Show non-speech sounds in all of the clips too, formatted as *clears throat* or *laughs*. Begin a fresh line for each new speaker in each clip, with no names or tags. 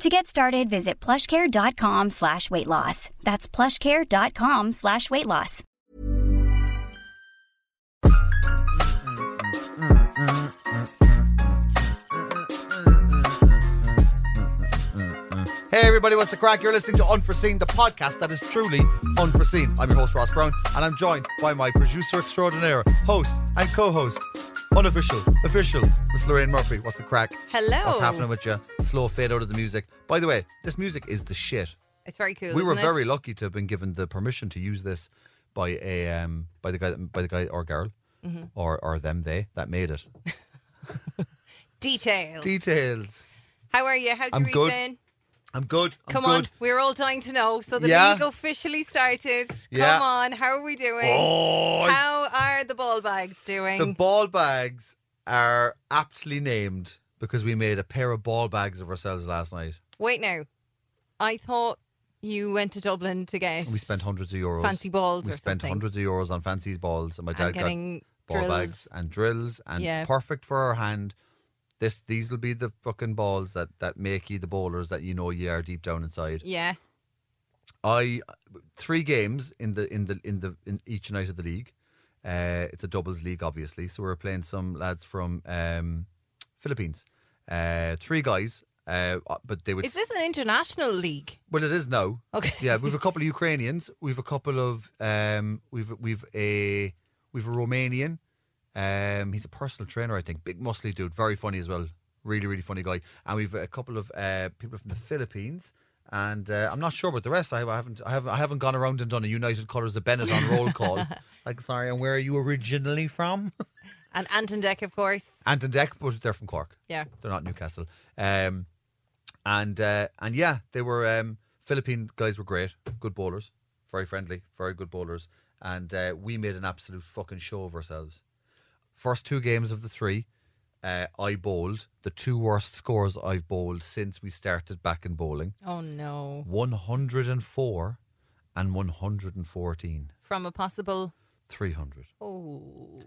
To get started, visit plushcare.com slash weight loss. That's plushcare.com slash weight loss.
Hey everybody, what's the crack? You're listening to Unforeseen, the podcast that is truly unforeseen. I'm your host Ross Brown, and I'm joined by my producer extraordinaire, host and co-host, unofficial, official, Miss Lorraine Murphy. What's the crack?
Hello.
What's happening with you? Slow fade out of the music. By the way, this music is the shit.
It's very cool.
we were
isn't it?
very lucky to have been given the permission to use this by a um, by the guy that, by the guy or girl
Mm-hmm.
or or them they that made it.
detailed.
Details.
How are you? How's
I'm
your
good.
evening?
I'm good. I'm
Come
good.
on, we're all dying to know. So the
Yeah.
league officially started.
Yeah.
Come on, how are we doing?
Oh, I
How are the ball bags doing?
The ball bags are aptly named because we made a pair of ball bags of ourselves last night.
Wait now, I thought you went to Dublin to get.
We spent hundreds of euros.
Fancy balls
We
or
spent
something.
hundreds of euros on fancy balls, and my
and
dad
getting
got ball
drilled.
bags and drills, and
Yeah.
perfect for our hand. This these will be the fucking balls that that make you the bowlers that you know you are deep down inside.
Yeah,
I three games in the in the in the in each night of the league. Uh, it's a doubles league, obviously. So we're playing some lads from um, Philippines. Uh, three guys, uh, but they would.
is this an international league?
well, it is now.
Okay.
Yeah, we've a couple of Ukrainians. We've a couple of um, we've we've a we've a Romanian. Um, he's a personal trainer, I think. Big muscly dude, very funny as well. Really, really funny guy. And we've a couple of uh, people from the Philippines. And uh, I'm not sure about the rest. I, I haven't, I haven't, I haven't gone around and done a United Colors of Bennett on roll *laughs* call. like, sorry, and where are you originally from?
And Anton Deck, of course.
Anton Deck, but they're from Cork.
Yeah.
They're not Newcastle. Um, and uh, and yeah, they were um, Philippine guys were great, good bowlers, very friendly, very good bowlers, and uh, we made an absolute fucking show of ourselves. First two games of the three, uh, I bowled the two worst scores I've bowled since we started back in bowling:
Oh no,
one hundred and four and one hundred and fourteen.
from a possible.
Three hundred,
Oh.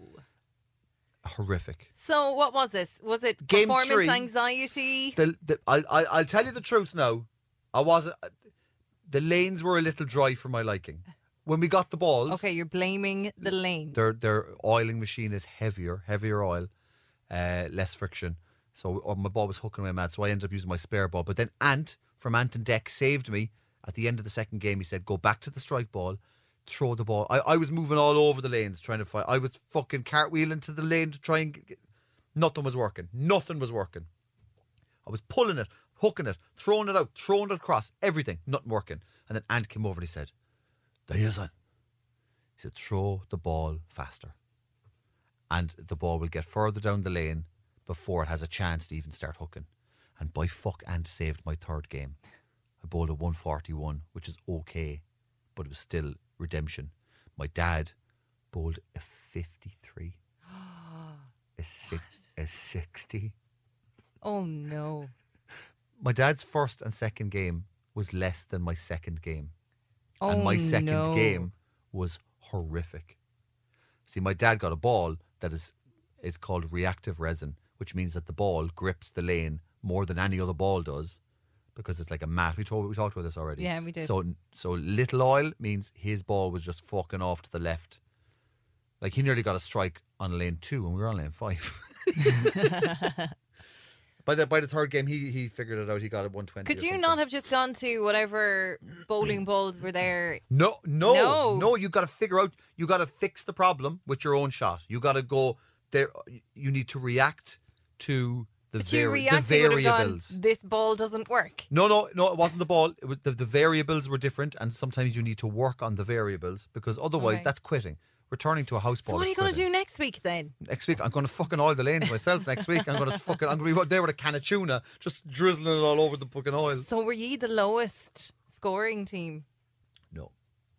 horrific.
So what was this? Was it
Game
performance
three.
anxiety?
The, the I, I I'll tell you the truth now. I wasn't. The lanes were a little dry for my liking. When we got the balls,
Okay, you're blaming the lane.
their their oiling machine is heavier, heavier oil, uh, less friction. So or my ball was hooking away mad. So I ended up using my spare ball. But then Ant from Ant and Deck saved me at the end of the second game. He said, "Go back to the strike ball." Throw the ball. I, I was moving all over the lanes trying to find. I was fucking cartwheeling to the lane to try and get, nothing was working. Nothing was working. I was pulling it, hooking it, throwing it out, throwing it across, everything, not working. And then Ant came over and he said, There you is it. He said, Throw the ball faster. And the ball will get further down the lane before it has a chance to even start hooking. And by fuck, Ant saved my third game. I bowled a 141, which is okay, but it was still redemption. My dad bowled a 53, a, six, a 60
Oh no.
my dad's first and second game was less than my second game.
Oh,
and my second
no.
game was horrific. See, my dad got a ball that is is called reactive resin, which means that the ball grips the lane more than any other ball does because it's like a mat. We told we talked about this already.
Yeah, we did.
So so little oil means his ball was just fucking off to the left.
*laughs*
Like he nearly got a strike on lane two, and we were on lane five. *laughs* By the by the third game, he he figured it out. He got it one twenty.
Could you not have just gone to whatever
*clears throat*
bowling balls were there?
No, no, no,
No.
You got to figure out. You got to fix the problem with your own shot. You got to go there. You need to react to the,
But you
vari- the
reacted would have gone,
variables.
this ball doesn't work.
No, no, no. It wasn't the ball. It was the, the variables were different, and sometimes you need to work on the variables because otherwise
Okay.
that's quitting. Returning to a house ball.
So what
is
are you going to
quitting.
do next week then?
Next week, I'm going to fucking oil the lanes myself. Next week, I'm going
*laughs*
to fucking, I'm going to be there with a can of tuna, just drizzling it all over the fucking oil.
So were ye the lowest scoring team?
No,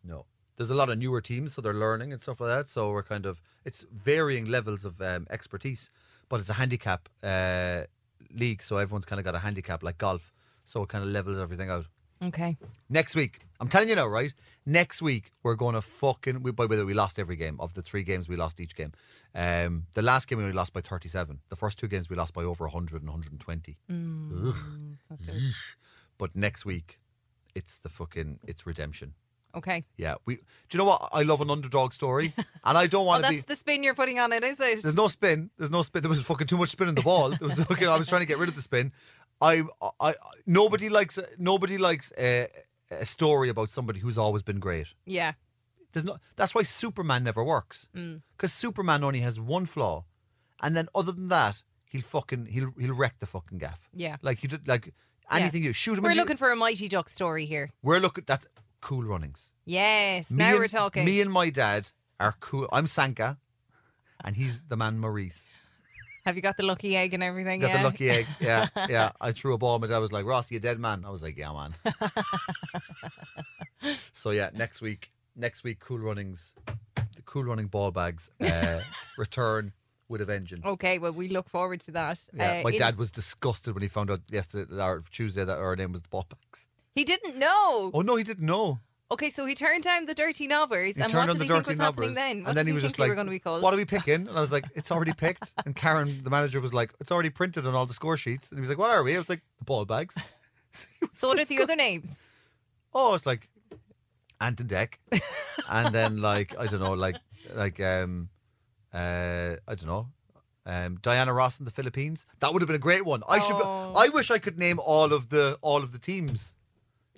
no. There's a lot of newer teams, so they're learning and stuff like that. So we're kind of, it's varying levels of um, expertise, but it's a handicap uh, league, so everyone's kind of got a handicap like golf. So it kind of levels everything out.
Okay.
Next week, I'm telling you now, right? Next week, we're going to fucking. We, by the way, we lost every game of the three games. We lost each game. Um, the last game we only lost by 37. The first two games we lost by over 100 and 120. Yeesh. But next week, it's the fucking. It's redemption.
Okay.
Yeah. We. Do you know what? I love an underdog story,
*laughs*
and I don't
Oh,
want to
that's
be.
the spin you're putting on it, is it?
There's no spin. There's no spin. There was fucking too much spin in the ball. There was fucking. I was trying to get rid of the spin. I, I, I nobody likes nobody likes a, a story about somebody who's always been great.
yeah.
There's no. That's why Superman never works
Mm.
because Superman only has one flaw, and then other than that, he'll fucking he'll he'll wreck the fucking gaff.
Yeah.
Like you did like anything you shoot him.
We're
in the-
looking for a Mighty Duck story here.
We're looking. That's cool runnings.
Yes.
Me
now
and-
we're talking.
Me and my dad are cool. I'm Sanka, and he's the man Maurice.
Have you got the lucky egg and everything?
Got
yeah.
the lucky egg.
*laughs*
Yeah, yeah. I threw a ball. My dad was like, "Ross, you dead man." I was like, "Yeah,
*laughs*
man." so yeah, next week, next week, cool runnings, the cool running ball bags uh,
*laughs*
return with a vengeance.
Okay, well, we look forward to that.
Yeah,
Uh,
my
in-
dad was disgusted when he found out yesterday or Tuesday that our name was the ball bags.
He didn't know.
Oh no, he didn't know.
Okay, so he turned down the Dirty Knobbers.
He
and
turned
what
on
did
the
he
dirty
think was happening
numbers,
then? What
and then
did
he was
think
just
you
like,
were going to be called?
"What are we picking?" And I was like, "It's already
*laughs*
picked." And Karen, the manager, was like, "It's already printed on all the score sheets." And he was like, "What are we?" I was like, "The ball
*laughs*
bags."
so what
*laughs*
are the other names?
Oh, it's like Ant and Deck, and then like I don't know, like like um, uh, I don't know, um, Diana Ross in the Philippines. That would have been a great one. I should.
Oh.
I wish I could name all of the all of the teams.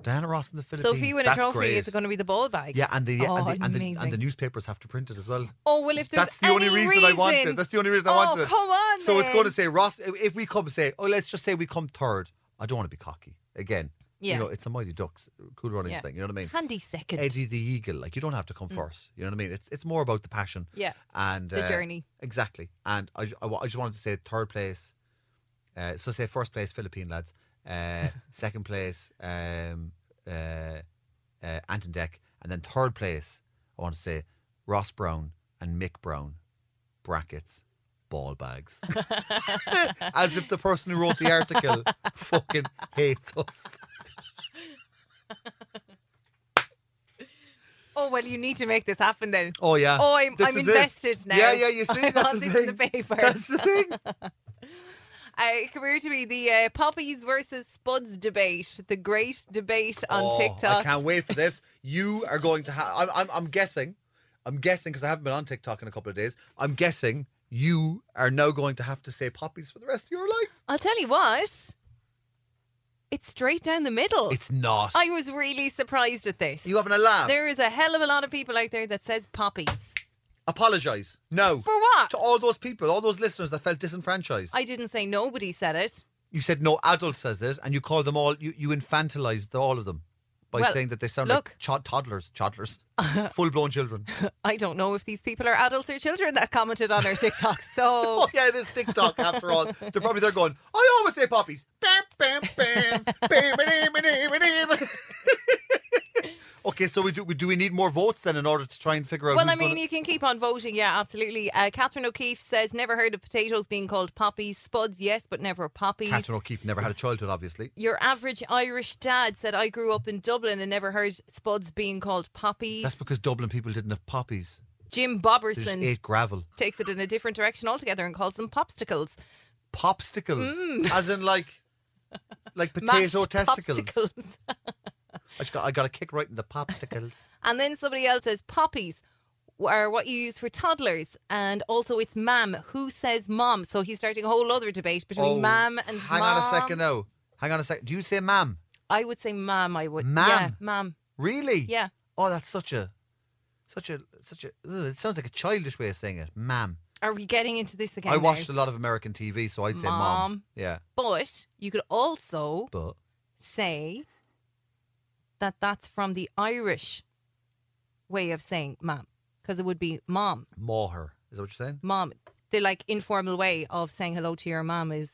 Diana Ross in the Philippines.
So if he win a
that's
trophy,
great.
is it going to be the ball bag?
Yeah, and the,
oh,
and, the, and, the and the
amazing.
newspapers have to print it as well.
Oh well, if there's
That's the only
any
reason, I want it. That's the only reason I want
Oh,
it.
come on
So it's
then.
going to say Ross. if- If we come, say, oh, let's just say we come third. I don't want to be cocky again.
Yeah.
You know, it's a mighty ducks, cool running
Yeah.
thing. You know what I mean?
handy second.
Eddie the Eagle. Like you don't have to come first. You know what I mean? It's it's more about the passion.
Yeah.
And uh,
The journey.
Exactly. And I, ju- I, wa- I just wanted to say third place. Uh, so say first place Philippine lads.
*laughs*
Uh, second place um, uh, uh, Anton Deck, and then third place I want to say Ross Brown and Mick Brown. Brackets. Ball bags, *laughs* as if the person who wrote the
*laughs*
article fucking hates us.
Oh well, you need to make this happen then.
Oh yeah.
Oh, I'm,
This
I'm
is it.
invested now.
Yeah, yeah. You
*laughs*
see,
I
that's
want
the
this
thing.
in the paper.
That's the thing.
Uh, come here to me. The uh, poppies versus spuds debate, the great debate on
Oh, I
TikTok.
can't wait for this. You are going to have. I'm, I'm, I'm guessing. I'm guessing because I haven't been on TikTok in a couple of days. I'm guessing you are now going to have to say poppies for the rest of your life.
I'll tell you what. It's straight down the middle.
It's not.
I was really surprised at this.
you having a laugh?
There is a hell of a lot of people out there that says poppies.
Apologise no
For what?
to all those people, all those listeners that felt disenfranchised.
I didn't say nobody said it.
you said no adult says it, and you call them all. You you infantilized all of them by
Well,
saying that they sound
look.
like chod- toddlers,
*laughs*
toddlers, full blown children.
I don't know if these people are adults or children that commented on our TikTok. So
*laughs* Oh yeah, it is TikTok after all. They're probably there going, I always say poppies. Bam, bam, bam, bam, ba-dam, ba-dam, ba-dam. okay, so we do we do we need more votes then in order to try and figure out
Well,
who's
I mean,
gonna-
you can keep on voting. Yeah, absolutely. Uh, Catherine O'Keefe says, never heard of potatoes being called poppies. Spuds, yes, but never poppies.
Catherine O'Keefe never had a childhood, obviously.
Your average Irish dad said, I grew up in Dublin and never heard spuds being called poppies.
That's because Dublin people didn't have poppies.
Jim
They just
Bobberson
ate gravel.
takes it in a different direction altogether and calls them popsicles.
Popsticles. As in like like potato
Mm. Mashed
testicles.
popsicles.
I just got I got a kick right in the popsticles.
And then somebody else says poppies. are what you use for toddlers, and also it's mam. Who says mom? So he's starting a whole other debate between mam and
Oh, hang
mom.
on a second now. Hang on a second. Do you say ma'am?
I would say mam. I would. Yeah,
Mam.
mam.
Really?
Yeah.
Oh, that's such a, such a, such a. Ugh, it sounds like a childish way of saying it, ma'am.
Are we getting into this again?
I
now?
watched a lot of American TV, so I'd say mom.
Mom.
Yeah,
But you could also
but
say that that's from the Irish way of saying mam, because it would be mom,
maher is that what you're saying?
mom. The like informal way of saying hello to your mom is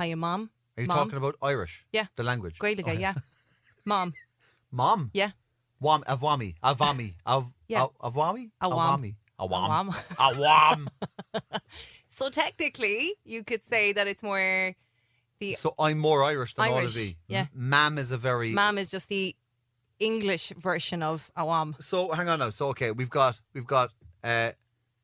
hiya mom.
Are you
mom.
talking about Irish?
Yeah.
the language.
Gaelic,
Okay.
yeah. Mom,
Mom.
yeah.
Wam avwami avami av
Yeah.
av- avwami
Awam.
awam awam
Awam. *laughs*
awam.
So technically, you could say that it's more the
So I'm more Irish than all of
Irish,
thee.
yeah.
M- Mam is a very
mam is just the English version of awam.
So hang on now. So okay, we've got we've got uh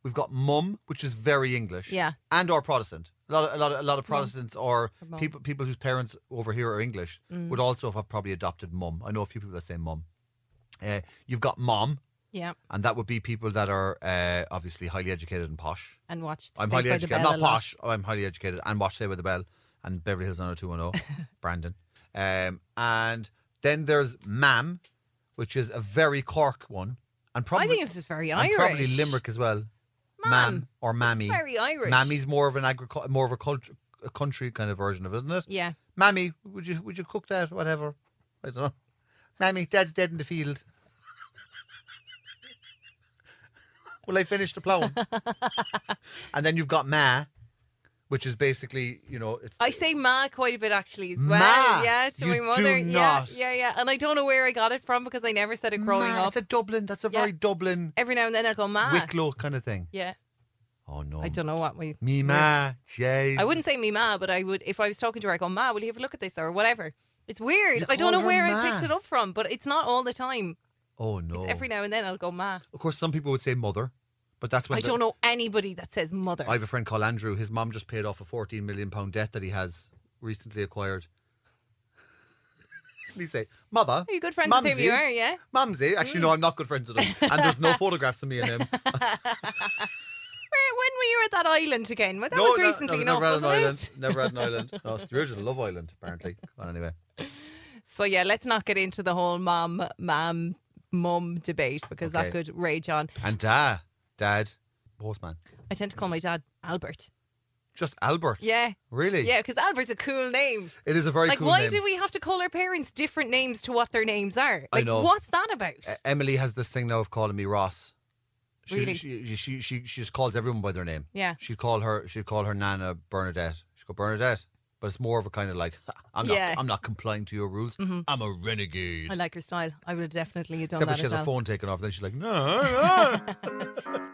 we've got mum, which is very English.
Yeah.
And or Protestant. A lot of a lot of, a lot of Protestants or
Or mum. Mm.
people people whose parents over here are English would also have probably adopted mum. I know a few people that say mum. Uh, you've got mom,
Yeah,
and that would be people that are uh, obviously highly educated and posh.
and watched.
I'm
Saved
highly
by the
educated. I'm
Bell
not
a lot.
posh. I'm highly educated. And watch Saved by the Bell and Beverly Hills
*laughs*
90210, Brandon. Um, and then there's Mam, which is a very Cork one. And probably,
I think it's just very
and
Irish.
probably Limerick as well.
Mam.
or Mammy.
very Irish.
Mammy's more of an agric- more of a, culture, a country kind of version of it, isn't it?
Yeah.
Mammy, would you would you cook that? Whatever. I don't know. Mammy, Dad's dead in the field. *laughs* Will I finish the
*laughs*
ploughing? and then you've got Ma, which is basically, you know, it's
I say ma quite a bit actually as well.
Ma,
yeah, to
you
my
do
mother.
not.
Yeah, yeah, yeah. And I don't know where I got it from because I never said it growing
Ma.
up.
It's a Dublin. That's a
Yeah.
very Dublin
Every now and then I go ma.
Wicklow kind of thing.
Yeah,
Oh no.
I don't know what we.
Me Ma. Jeez.
I wouldn't say me ma, but I would if I was talking to her. I go ma, will you have a look at this or whatever. It's weird.
You
I don't
call
know
her
where
ma.
I picked it up from, but it's not all the time.
Oh no.
It's every now and then I'll go ma.
Of course, some people would say mother, but that's when
I
the-
don't know anybody that says mother.
*laughs* I have a friend called Andrew. His mum just paid off a fourteen million pound debt that he has recently acquired. *laughs* he say, "Mother,
Are you good friends with him? You
Mumsy,
are, Mm. yeah.
Mumsy, actually, no, I'm not good friends with him, and there's
*laughs*
no photographs of me and him.
Where, when were you at that island again? Well, that
no,
was
no, no,
recently
I was
enough,
never at an
wasn't
island.
it?
Never at an island.
*laughs*
No, it's the original Love Island, apparently. Well, anyway,
So yeah, let's not get into the whole mom, mam, mum debate because that
Okay.
could rage on.
and Da, Dad, Postman,
I tend to call my dad Albert.
just Albert.
Yeah.
really.
Yeah, because Albert's a cool name.
it is a very
like,
cool
why
name.
do we have to call our parents different names to what their names are? Like,
know.
what's that about?
E- Emily has this thing now of calling me Ross. She,
Really?
she, she she she just calls everyone by their name.
Yeah.
She'd call her she'd call her nana Bernadette. She'd go Bernadette. But it's more of a kind of like *laughs* I'm not
Yeah. Mm-hmm.
I'm not complying to your rules. I'm a renegade.
I like her style. I would have definitely
Except
done
when
that
she has
as well.
her phone taken off, then she's like, No,
*laughs*
no.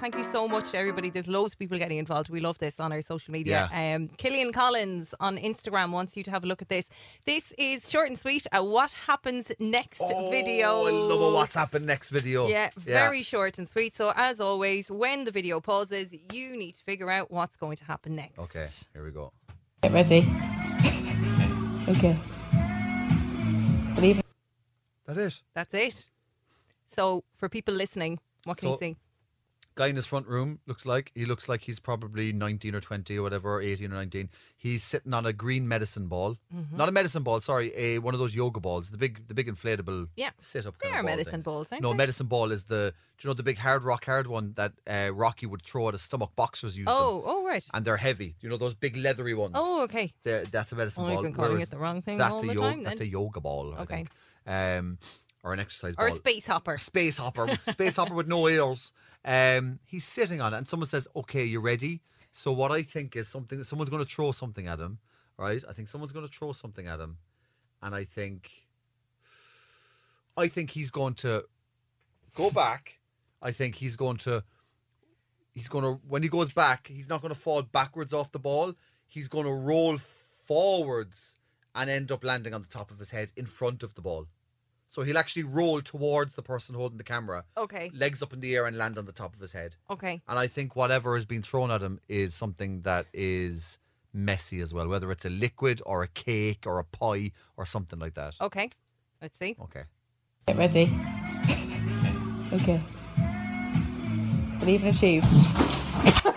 Thank you so much to everybody. There's loads of people getting involved. We love this on our social media. Um, Killian Collins on Instagram wants you to have a look at this. This is short and sweet. A what happens next
Oh,
video.
I love a what's happened next video.
Yeah, very short and sweet. So as always, when the video pauses, you need to figure out what's going to happen next.
Okay, here we go.
Get ready. okay. Leave it.
That it.
That's it. So for people listening, what can
So-
you see?
guy in his front room looks like he looks like he's probably 19 or 20 or whatever or 18 or 19 he's sitting on a green medicine ball
Mm-hmm.
not a medicine ball sorry a one of those yoga balls the big the big inflatable
Yeah.
sit up
They
kind of
are
ball
medicine
things.
balls, aren't
no
they?
medicine ball is the do you know the big hard rock hard one that uh, rocky would throw at his stomach boxers use them
Oh, oh right.
and they're heavy you know those big leathery ones
Oh, okay.
They're, that's a medicine
Oh, I've
ball
been calling
whereas
it the wrong thing
that's
all
a
the
yoga
time
that's a
then.
yoga ball I
Okay.
think. um or an exercise
Or a
ball
space hopper.
space hopper, space hopper with no ears. Um, he's sitting on it, and someone says, "Okay, you ready?" So what I think is something. Someone's going to throw something at him, right? I think someone's going to throw something at him, and I think, I think he's going to go back. I think he's going to, he's going to when he goes back, he's not going to fall backwards off the ball. He's going to roll forwards and end up landing on the top of his head in front of the ball. So he'll actually roll towards the person holding the camera,
Okay.
legs up in the air, and land on the top of his head.
Okay.
And I think whatever has been thrown at him is something that is messy as well, whether it's a liquid or a
Oh.
cake or a pie or something like that. Oh,
Okay. Let's see.
Okay.
Get ready. Okay. Believe and achieve.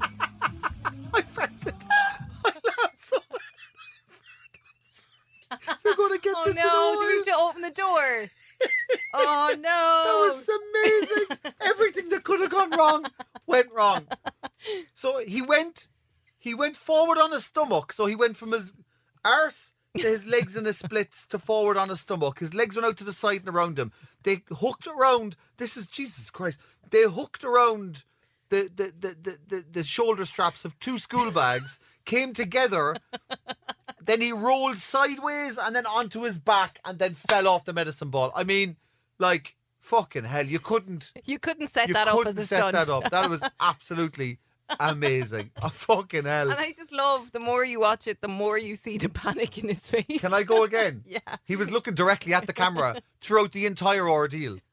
I felt it. I laughed so You're going to get
Oh
this in
no,
oil.
do we have to open
*laughs*
the door? oh no.
That was amazing. Everything that could have gone wrong went wrong. So he went, he went forward on his stomach. So he went from his arse to his legs and his splits to forward on his stomach. His legs went out to the side and around him. They hooked around. This is Jesus Christ. They hooked around the the the the, the, the shoulder straps of two school bags. Came together, then he rolled sideways and then onto his back and then fell off the medicine ball. I mean, like fucking hell, you couldn't
you couldn't set
you
*laughs* that up
couldn't
as a
set
stunt.
that up. That was absolutely amazing.
*laughs*
Oh, fucking hell.
And I just love the more you watch it, the more you see the *laughs* panic in his face. *laughs*
Can I go again?
Yeah.
He was looking directly at the camera throughout the entire
*laughs*
ordeal. *laughs*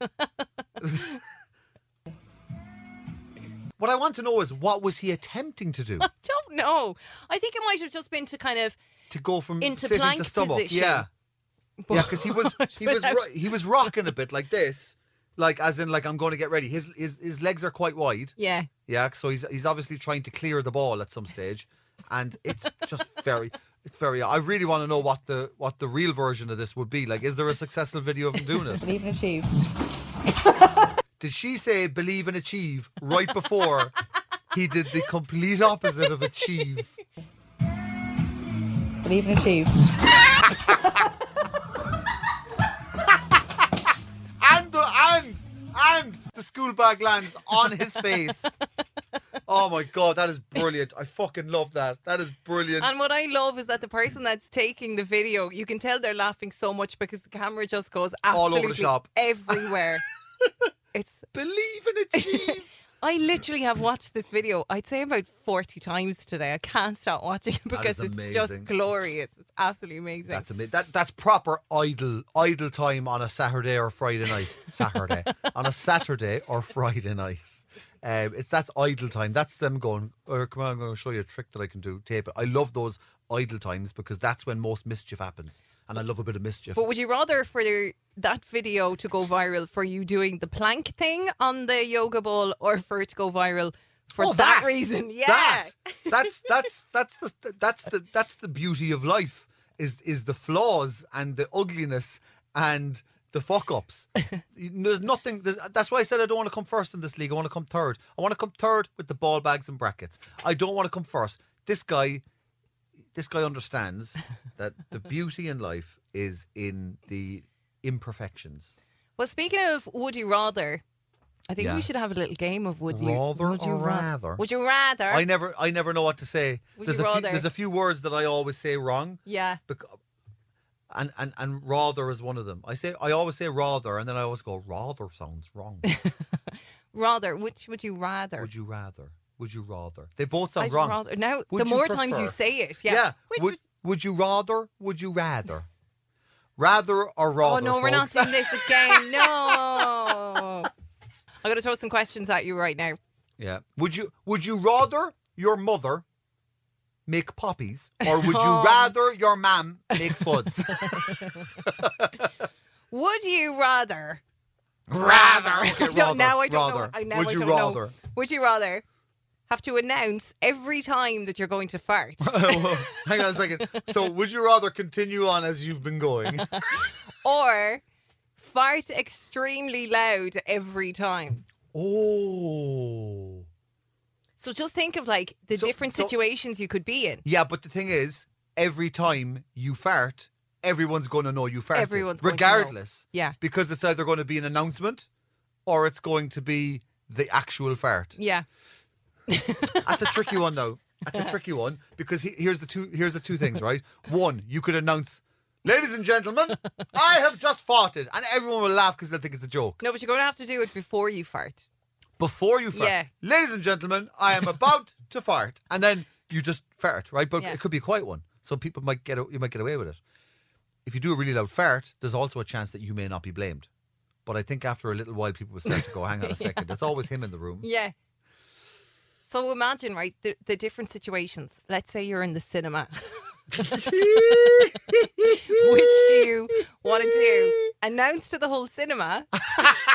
what I want to know is what was he attempting to do?
I don't know. I think it might have just been to kind of
To go from
Into
sitting to
plank
stomach.
position.
Yeah. Yeah, because he was he
*laughs*
was
without-
ro- he was rocking a bit like this, like as in like I'm going to get ready. His his his legs are quite wide.
yeah.
Yeah, so he's he's obviously trying to clear the ball at some stage, and it's
*laughs*
just very it's very. I really want to know what the what the real version of this would be. Like, is there a successful video of him doing
*laughs*
it?
Believe and achieve.
Did she say believe and achieve right before he did the complete opposite of achieve?
Believe and achieve.
and the and and the school bag lands on his *laughs* face. Oh my god, that is brilliant! I fucking love that. That is brilliant.
And what I love is that the person that's taking the video, you can tell they're laughing so much because the camera just goes
All over
absolutely
the shop. *laughs*
everywhere. it's
Believe and achieve.
I literally have watched this video, I'd say about 40 times today. I can't stop watching it
That is
because it's just
amazing.
glorious. It's absolutely
*laughs*
amazing.
That's amazing. That that's proper idle idle time on a Saturday or Friday night. Saturday on a Saturday or Friday night. Um, it's that's idle time. That's them going. Oh, come on, I'm going to show you a trick that I can do. Tape it. I love those idle times because that's when most mischief happens, and I love a bit of mischief.
but would you rather for your- that video to go viral for you doing the plank thing on the yoga ball or for it to go viral for
Oh,
that, reason? Yeah.
that.
*laughs*
that's that's that's the that's the that's the beauty of life is is the flaws and the ugliness and the fuck
*laughs*
ups. There's nothing. There's, that's why I said I don't want to come first in this league. I want to come third. I want to come third with the ball bags and brackets. I don't want to come first. This guy, this guy
*laughs*
understands that the beauty in life is in the imperfections.
Well, speaking of would you rather, I think
Yeah.
we should have a little game of would
Rather
you would you
or
ra-
rather?
Would you rather?
I never, I never know what to say.
Would
there's
you
a few,
rather?
there's a few words that I always say wrong.
yeah.
Bec- and, and and rather is one of them. I say I always say rather, and then I always go rather sounds
*laughs*
wrong.
Rather, which would you rather?
would you rather? Would you rather? They both sound
I'd
wrong.
rather- now,
Would
the
you
more times you
prefer?
say it, yeah. Which
would, would you rather? Would you rather? rather or rather?
Oh no, we're not
folks.
doing this again. No. I'm going to throw some questions at you right now.
*laughs* yeah. Would you Would you rather your mother make poppies, or
*laughs*
would you
Oh.
rather your mam make
*laughs*
spuds?
Would you rather?
rather.
*laughs* I
Okay,
don't,
rather.
Now I don't know.
rather.
I, now
would
I
you
don't
rather?
Know. Would you rather have to announce every time that you're going to fart,
*laughs* Hang on a second. So, would you rather continue on as you've been going?
*laughs* or fart extremely loud every time?
Oh.
So just think of like the
So-
different
so-
situations you could be in.
Yeah, but the thing is, every time you fart, everyone's going to know you farted.
Everyone's going to know.
regardless.
Yeah.
Because it's either going to be an announcement or it's going to be the actual fart.
Yeah.
That's a tricky one though. That's a tricky one because he, here's the two here's the two things, right? One, you could announce, "Ladies and gentlemen, I have just farted," and everyone will laugh because they'll think it's a joke.
No, but you're going to have to do it before you fart.
before you fart.
Yeah.
Ladies and gentlemen, I am
*laughs*
about to fart, and then you just fart, right? But
Yeah.
it could be a quiet one, so people might get a- you might get away with it. If you do a really loud fart, there's also a chance that you may not be blamed. But I think after a little while, people will start to go,
*laughs*
"Hang on a second, it's always him in the room."
Yeah. So imagine, right, the, the different situations. Let's say you're in *laughs* the cinema. Which do you want to do? announced to the whole cinema.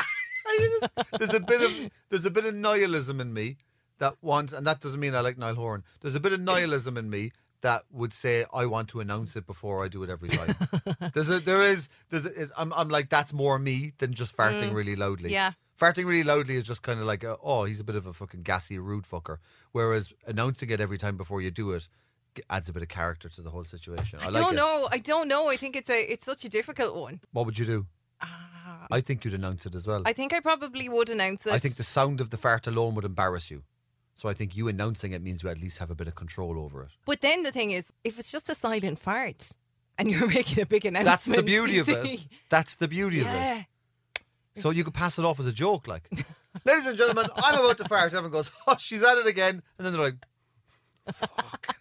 *laughs* there's a bit of there's a bit of nihilism in me that wants, and that doesn't mean I like Niall Horan. There's a bit of nihilism in me that would say I want to announce it before I do it every
*laughs*
time. there's a there is there's a, is- I'm I'm like that's more me than just farting really loudly.
Mm. yeah.
Farting really loudly is just kind of like, a, oh, he's a bit of a fucking gassy, rude fucker. Whereas announcing it every time before you do it g- adds a bit of character to the whole situation. I,
I
like
don't
it.
know. I don't know. I think it's a it's such a difficult one.
What would you do?
Ah.
I think you'd announce it as well.
I think I probably would announce it.
I think the sound of the fart alone would embarrass you. So I think you announcing it means you at least have a bit of control over it.
but then the thing is, if it's just a silent fart and you're *laughs* making a big announcement,
That's the beauty
you
of it.
see-
That's the beauty of
Yeah.
it. So you could pass it off as a joke,
*laughs*
like, ladies and gentlemen, I'm about to fart. Everyone goes, oh, she's at it again. And then they're like, fuck,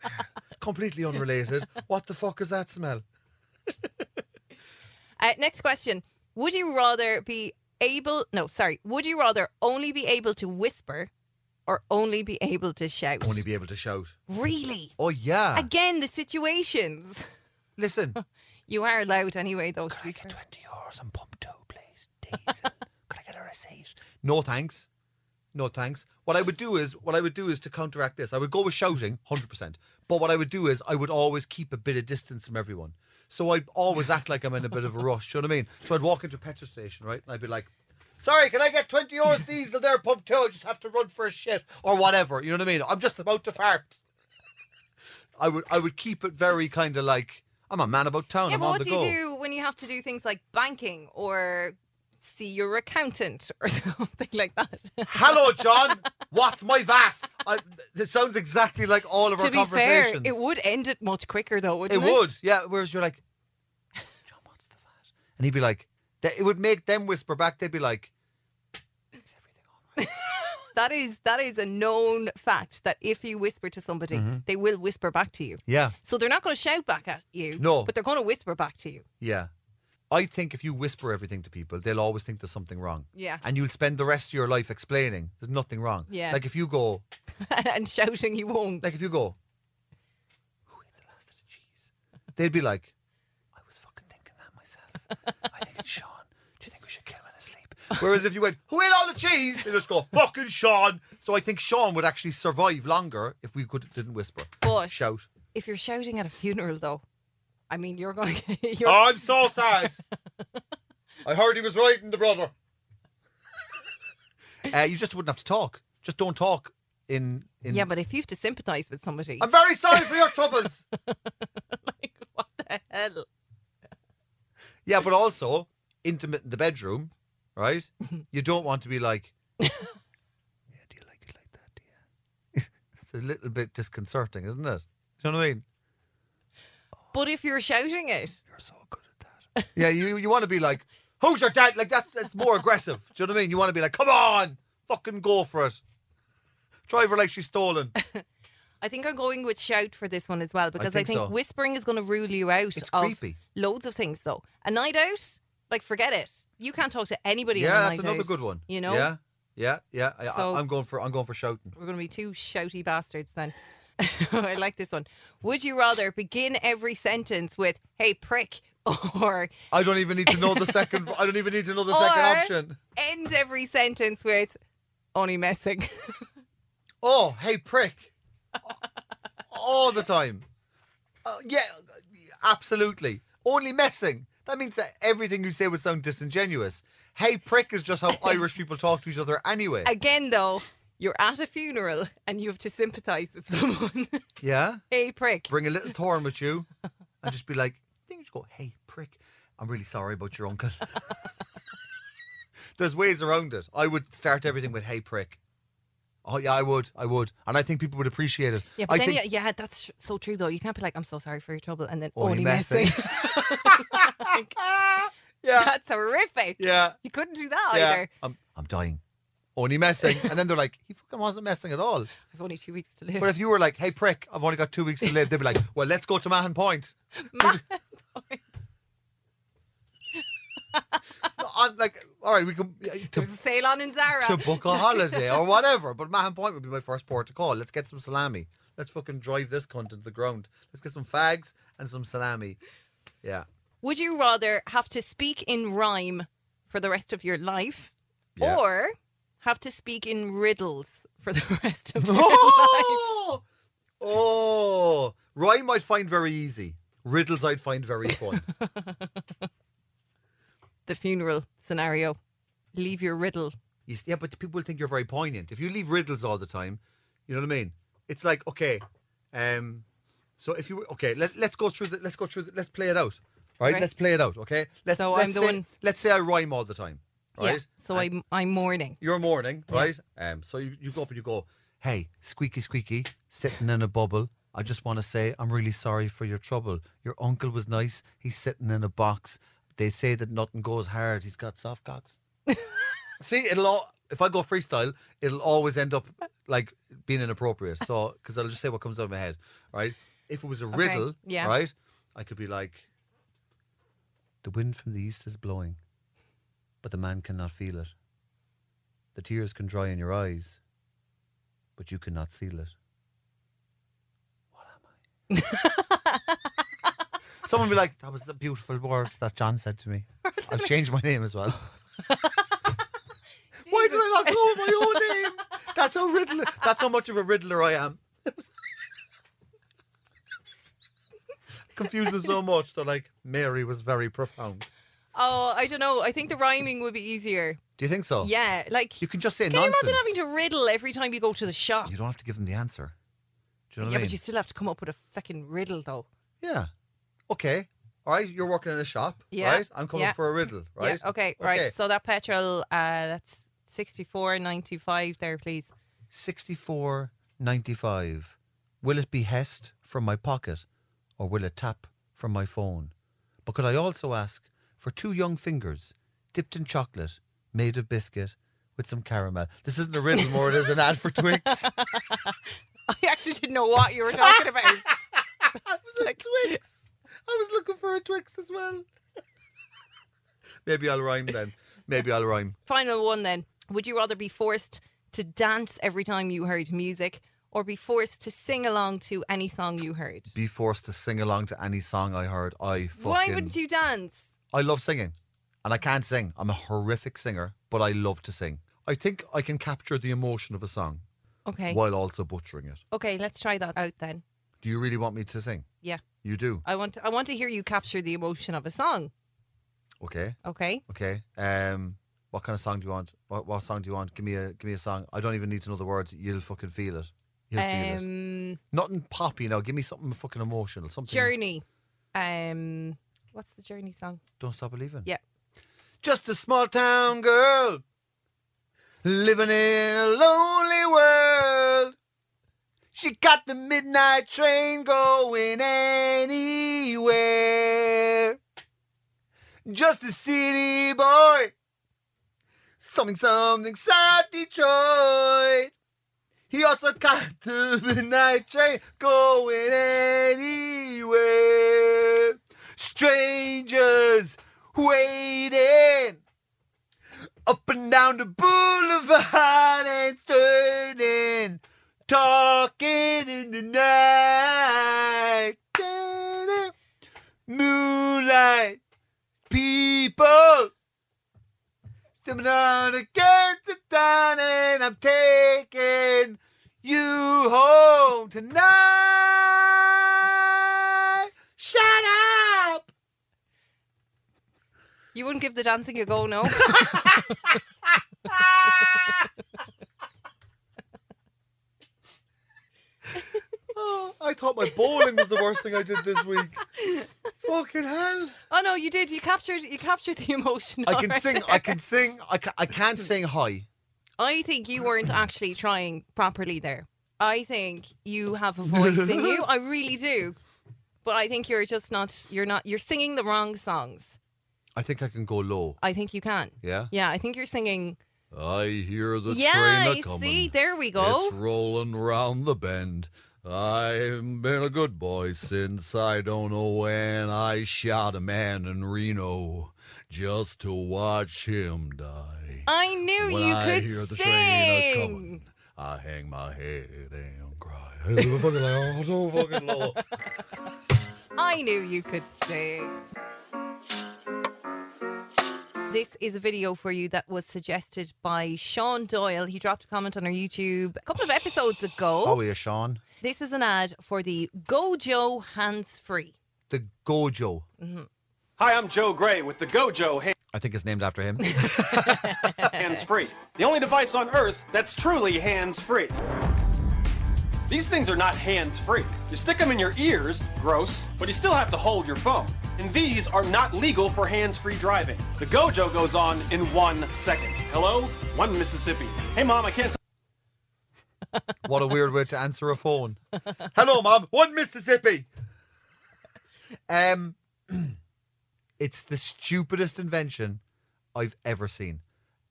completely unrelated. What the fuck is that smell?
Uh, next question. Would you rather be able, no, sorry, would you rather only be able to whisper or only be able to shout?
Only be able to shout.
really?
Oh, yeah.
Again, the situations.
Listen.
You are loud anyway, though. To be fair.
20 euros and pump two,
*laughs*
please. Diesel. Could I get a receipt? No thanks. No thanks. What I would do is, what I would do is to counteract this, I would go with shouting, 100%. But what I would do is, I would always keep a bit of distance from everyone. So I'd always act like I'm in a bit of a rush. You know what I mean? So I'd walk into a petrol station, right? And I'd be like, sorry, can I get 20 euros diesel there, pump two? I just have to run for a shit or whatever. You know what I mean? I'm just about to fart. *laughs* I would, I would keep it very kind of like, I'm a man about town.
Yeah,
I'm
but
on
what
the
do
go.
you do when you have to do things like banking or see your accountant *laughs* or something like that?
Hello, John. What's my VAT? I, it sounds exactly like all of
to
our
be fair,
conversations.
it would end it much quicker, though,
It
wouldn't it?
would. Yeah. Whereas you're like, John, what's the VAT? And he'd be like, th- it would make them whisper back. They'd be like,
That is that is a known fact that if you whisper to somebody,
Mm-hmm.
they will whisper back to you.
yeah,
So they're not going to shout back at you.
No.
But they're going to whisper back to you. *laughs*
yeah. I think if you whisper everything to people, they'll always think there's something wrong.
Yeah.
And you'll spend the rest of your life explaining there's nothing wrong.
Yeah.
Like if you go,
and shouting, you won't.
like if you go, who ate the last of the cheese?
*laughs*
They'd be like, I was fucking thinking that
*laughs*
myself. I think it's Sean. Do you think we should kill him in his sleep? Whereas if you went, who ate all the cheese? They just go, fucking Sean. So I think Sean would actually survive longer if we could didn't whisper,
But-
shout.
if you're shouting at a funeral, though, I mean, you're *laughs* going
Oh,
to. You're,
I'm so
*laughs*
sad. I heard he was riding the brother. uh, you just wouldn't have to talk. Just don't talk in. in
yeah, but if you have to sympathise with somebody,
I'm very sorry for your troubles.
*laughs* like, what the hell?
Yeah, but also intimate in the bedroom, *laughs* right? You don't want to be *laughs* like, yeah, do you like it like that? Do you?" *laughs* it's a little bit disconcerting, isn't it? Do you know what I mean?
But if you're shouting it,
You're so good at that. yeah, you you want to be like, who's your dad? Like that's that's more aggressive. Do you know what I mean? You want to be like, come on, fucking go for it. Drive her like she's *laughs* stolen.
I think I'm going with shout for this one as well because I
think
think,
so.
whispering is going to rule you out
It's
of
creepy.
loads of things, though. A night out, like, forget it. You can't talk to anybody on a
yeah,
night
that's another
out,
good one.
You know?
Yeah, yeah, yeah. I,
So-
I, I'm going for I'm going for shouting.
We're going to be two shouty bastards then. *laughs* I like this one. Would you rather begin every sentence with, hey, prick, *laughs* or
I don't even need to know the second. I don't even need to know the second
Or-
option.
end every sentence with, only messing? *laughs*
Oh, hey, prick. All the time. Uh, yeah, absolutely. Only messing. That means that everything you say would sound disingenuous. Hey, prick is just
*laughs*
how Irish people talk to each other anyway.
Again, though, you're at a funeral and you have to sympathise with someone. *laughs*
Yeah?
hey, prick.
Bring a little thorn with you and just be like, think you just go, hey, prick, I'm really sorry about your uncle. *laughs* There's ways around it. I would start everything with, hey, prick. Oh, yeah, I would. I would. And I think people would appreciate it.
Yeah, but
I
then
think-
you- yeah, that's sh- so true though. You can't be like, "I'm so sorry for your trouble," and then
Only
only,
messing.
messing.
*laughs* yeah.
*laughs* that's horrific.
Yeah.
You couldn't do that either.
I'm, I'm dying. Only messing. And then they're like, he fucking wasn't messing at all.
I've only two weeks to live.
But if you were like, hey, prick, I've only got two weeks to live, they'd be like, well, let's go to Mahon Point. *laughs* On, like, all right, we can
There's a
to,
sale on in Zara.
to book a holiday or whatever. But Mahon Point would be my first port to call. Let's get some salami. Let's fucking drive this cunt into the ground. Let's get some fags and some salami. Yeah.
Would you rather have to speak in rhyme for the rest of your life
Yeah.
or have to speak in riddles for the *laughs* rest
*laughs*
of your life?
Oh! *laughs* oh, rhyme I'd find very easy. Riddles I'd find very
*laughs*
fun.
The funeral scenario. Leave your riddle.
You s- yeah, but people think you're very poignant. If you leave riddles all the time, you know what I mean. It's like okay, um, so if you were- okay, let, let's go through the let's go through the, let's play it out. All right,
Right.
let's play it out. Okay, let's
So
let's
I'm the
say,
one-
Let's say I rhyme all the time. Right.
Yeah. So
And
I'm I'm mourning.
you're mourning, right? Um, so you, you go up and you go, hey, squeaky, squeaky, sitting in a bubble. I just want to say I'm really sorry for your trouble. Your uncle was nice. He's sitting in a box. They say that nothing goes hard. He's got soft cocks. See, it'll all. If I go freestyle, it'll always end up like being inappropriate. So, because I'll just say what comes out of my head, right? If it was a riddle,
yeah.
right, I could be like, the wind from the east is blowing, but the man cannot feel it. The tears can dry in your eyes, but you cannot seal it. What
*laughs*
am I? Someone be like, that was the beautiful words that John said to me. I've changed my name as
*laughs*
well. Why did I not go with my own name? That's how riddler. That's how much of a riddler I am. *laughs* Confusing so much that like Mary was very profound.
Oh, I don't know. I think the rhyming would be easier.
Do you think so?
Yeah, like
You can just say
Can
nonsense.
you imagine having to riddle every time you go to the shop?
You don't have to give them the answer. Do you know
Oh.
what I
yeah,
mean?
but you still have to come up with a fucking riddle, though.
Yeah. Okay. All right. You're working in a shop.
Yeah.
Right. I'm coming
Yeah.
for a riddle. Right.
Yeah, okay, right. So that petrol, uh, that's sixty-four ninety-five there, please.
Sixty-four ninety-five. Will it be hest from my pocket, or will it tap from my phone? But could I also ask for two young fingers dipped in chocolate, made of biscuit, with some caramel? This isn't a riddle, more it is an ad for Twix. it
*laughs* I actually didn't know what you were talking about.
was a Twix. *laughs* I was looking for a Twix as well. *laughs* Maybe I'll rhyme then. Maybe I'll rhyme.
*laughs* Final one then. Would you rather be forced to dance every time you heard music or be forced to sing along to any song you heard?
be forced to sing along to any song I heard. I fucking.
Why wouldn't you dance?
I love singing, and I can't sing. I'm a horrific singer, but I love to sing. I think I can capture the emotion of a song
Okay.
while also butchering it.
Okay, let's try that out then.
Do you really want me to sing?
Yeah.
You do.
I want to, I want to hear you capture the emotion of a song.
Okay.
Okay.
Okay. Um. What kind of song do you want? What, what song do you want? Give me a give me a song. I don't even need to know the words. You'll fucking feel it. You'll feel it.
Um
Nothing poppy now. Give me something fucking emotional. Something.
Journey. Um what's the Journey song?
Don't stop believing.
Yeah.
Just a small town girl living in a lonely world. She got the midnight train going anywhere. Just a city boy. Something, something, South Detroit. He also got the midnight train going anywhere. Strangers waiting up and down the boulevard and turning, talking in the night. Moonlight, people stepping on against the dawn, and I'm taking you home tonight. Shut up.
You wouldn't give the dancing a
*laughs*
go, no?
Oh, *gasps* I thought my bowling was the worst thing I did this week. *laughs* Fucking hell!
oh no, you did. You captured you captured the emotion.
I can
alright. *laughs*
sing. I can sing. I, ca- I can't sing high.
I think you weren't actually trying properly there. I think you have a voice in you. I really do. But I think you're just not you're not you're singing the wrong songs.
I think I can go low.
I think you can.
Yeah.
Yeah, I think you're singing
I hear the
Yeah,
train
you
a coming.
see, there we go.
It's rolling round the bend. I've been a good boy since I don't know when. I shot a man in Reno just to watch him die.
I knew
when
you
I
could
hear the
sing.
train a coming, I hang my head and cry. *laughs* So *laughs* fucking low, so fucking low.
I knew you could sing. This is a video for you that was suggested by Sean Doyle. He dropped a comment on our YouTube a couple of episodes ago.
Oh, yeah, Sean.
This is an ad for the Gojo Hands Free.
The Gojo.
Hi, I'm Joe Gray with the Gojo
I think it's named after
*laughs*
him.
Hands Free, the only device on Earth that's truly hands free. These things are not hands free. You stick them in your ears, gross, but you still have to hold your phone. And these are not legal for hands free driving. The Gojo goes on in one second. Hello? One Mississippi. Hey, Mom, I can't.
what a weird way to answer a phone. Hello, Mom. One Mississippi. Um, *clears throat* it's the stupidest invention I've ever seen.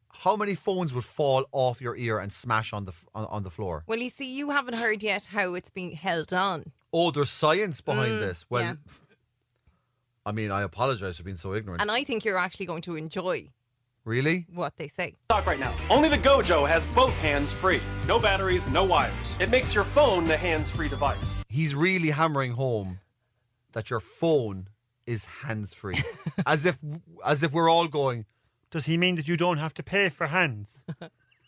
How many phones would fall off your ear and smash on the f- on, on the floor?
Well, you see, you haven't heard yet how it's being held on.
Oh, there's science behind this. Well,
Mm, yeah.
I mean, I apologize for being so ignorant.
And I think you're actually going to enjoy
really?
what they say.
talk right now. Only the Gojo has both hands free. No batteries, no wires. It makes your phone the hands free device.
He's really hammering home that your phone is hands
*laughs*
free, as if as if we're all going.
Does he mean that you don't have to pay for hands?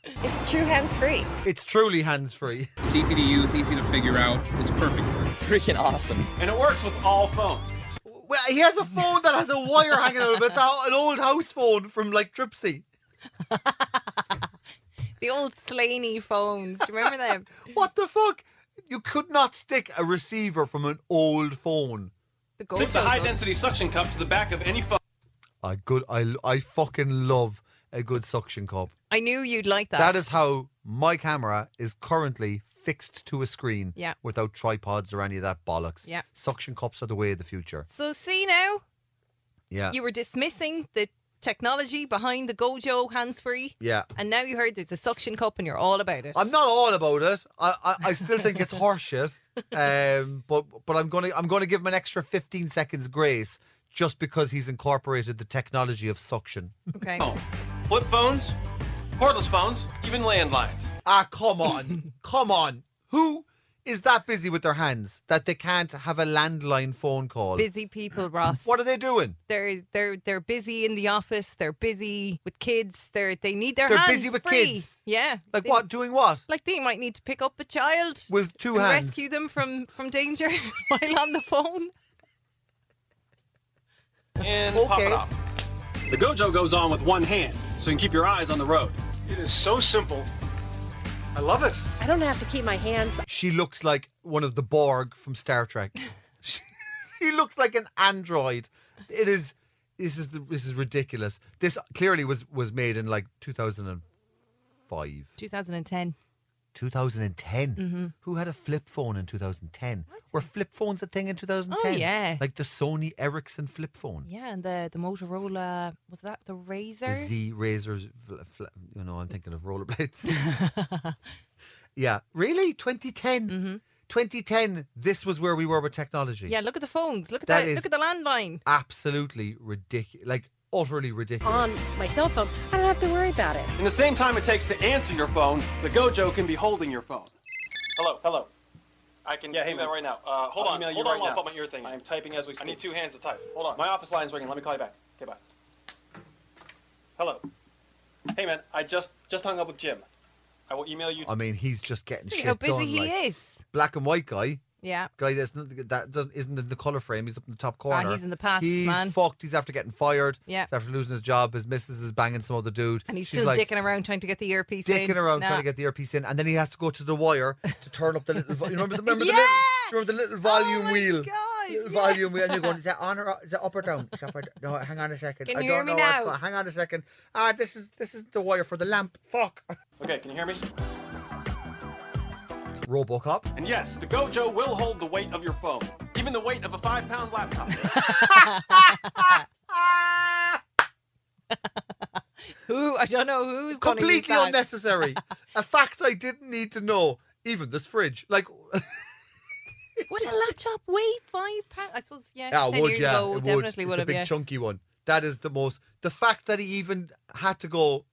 It's true hands free.
It's truly hands free.
It's easy to use, easy to figure out. It's perfect.
Freaking awesome.
And it works with all phones.
Well, he has a phone that has a wire hanging out of it. It's a- an old house phone from like Tripsy.
The old Slaney phones. Do you
*laughs*
remember them?
What the fuck? You could not stick a receiver from an old phone.
The Gojo.
Stick the high
ones.
density suction cup to the back of any phone.
I good. I I fucking love a good suction cup.
I knew you'd like that.
That is how my camera is currently fixed to a screen.
Yeah.
Without tripods or any of that bollocks.
Yeah.
Suction cups are the way of the future.
So see now,
Yeah.
you were dismissing the technology behind the Gojo hands free,
yeah.
and now you heard there's a suction cup, and you're all about it.
I'm not all about it. I, I, I still think it's horseshit. Um, but but I'm gonna I'm gonna give him an extra 15 seconds grace just because he's incorporated the technology of suction.
Okay.
Flip phones, cordless phones, even landlines.
Ah, come on, come on. Who is that busy with their hands that they can't have a landline phone call?
Busy people, Ross.
What are they doing?
they're they're they're busy in the office. They're busy with kids. They're they need their
They're
hands
busy with
free.
kids?
Yeah.
Like
They-
what? Doing what?
Like they might need to pick up a child
With two
and
hands.
rescue them from from danger *laughs* while on the phone.
And pop
Okay.
it off. The Gojo goes on with one hand, so you can keep your eyes on the road. It is so simple. I love it.
I don't have to keep my hands
She looks like one of the Borg from Star Trek. she, she looks like an android. It is. This is the, this is ridiculous. This clearly was was made in like 2005,
2010.
2010. Who had a flip phone in 2010? Were flip phones a thing in 2010?
yeah.
like the Sony Ericsson flip phone.
Yeah, and the the Motorola was that the Razor?
The Z razors, fl- fl- you know, I'm thinking of rollerblades. *laughs* yeah, really, 2010, 2010. This was where we were with technology.
*laughs* Yeah, look at the phones. Look at
That
that.
is-
look at the landline.
absolutely ridiculous, like utterly ridiculous.
on my cell phone. I don't have to worry about it.
In the same time it takes to answer your phone, the Gojo can be holding your phone. Hello, hello. I can yeah, hey, man. right now. Uh, hold on, hold on. I'll put my ear thing. I am typing as we speak. I need two hands to type. Hold on. My office line's ringing. Let me call you back. Okay, bye. Hello. Hey, man. I just just hung up with Jim. I will email you.
I mean, he's just getting
Uh. See
shit
how busy
done,
he
like,
is.
Black and white guy,
Yeah.
guy that's not, that doesn't isn't in the color frame. He's up in the top
Ah,
corner.
he's in the past,
He's
man.
fucked. He's after getting fired.
Yeah.
He's after losing his job. His missus is banging some other dude,
And he's
She's
still
like,
dicking around trying to get the earpiece in.
dicking around
Nah.
trying to get the earpiece in, and then he has to go to the wire to turn up the little. Vo- you remember the remember
Yeah! Oh
the little, do you remember the little volume
my
wheel,
gosh,
little
yeah.
volume wheel, and you're going is that on or o- is that up or down? Is that up or d- no, hang on a second.
Can
I
you
don't
hear me
know what's
now?
going- Hang on a second. Ah, this is this is the wire for the lamp. Fuck. *laughs*
Okay, can you hear me?
RoboCop.
And yes, the Gojo will hold the weight of your phone, even the weight of a five-pound laptop.
Ah,
Who I don't know who's gonna use
Completely
that.
unnecessary. a fact I didn't need to know. Even this fridge, like *laughs*
Would a laptop weigh five pounds? I suppose yeah.
Yeah, it
10
Ah, would,
years
yeah.
ago,
it
definitely
would. It's a
would have.
big
yeah.
chunky one. That is the most. The fact that he even had to go.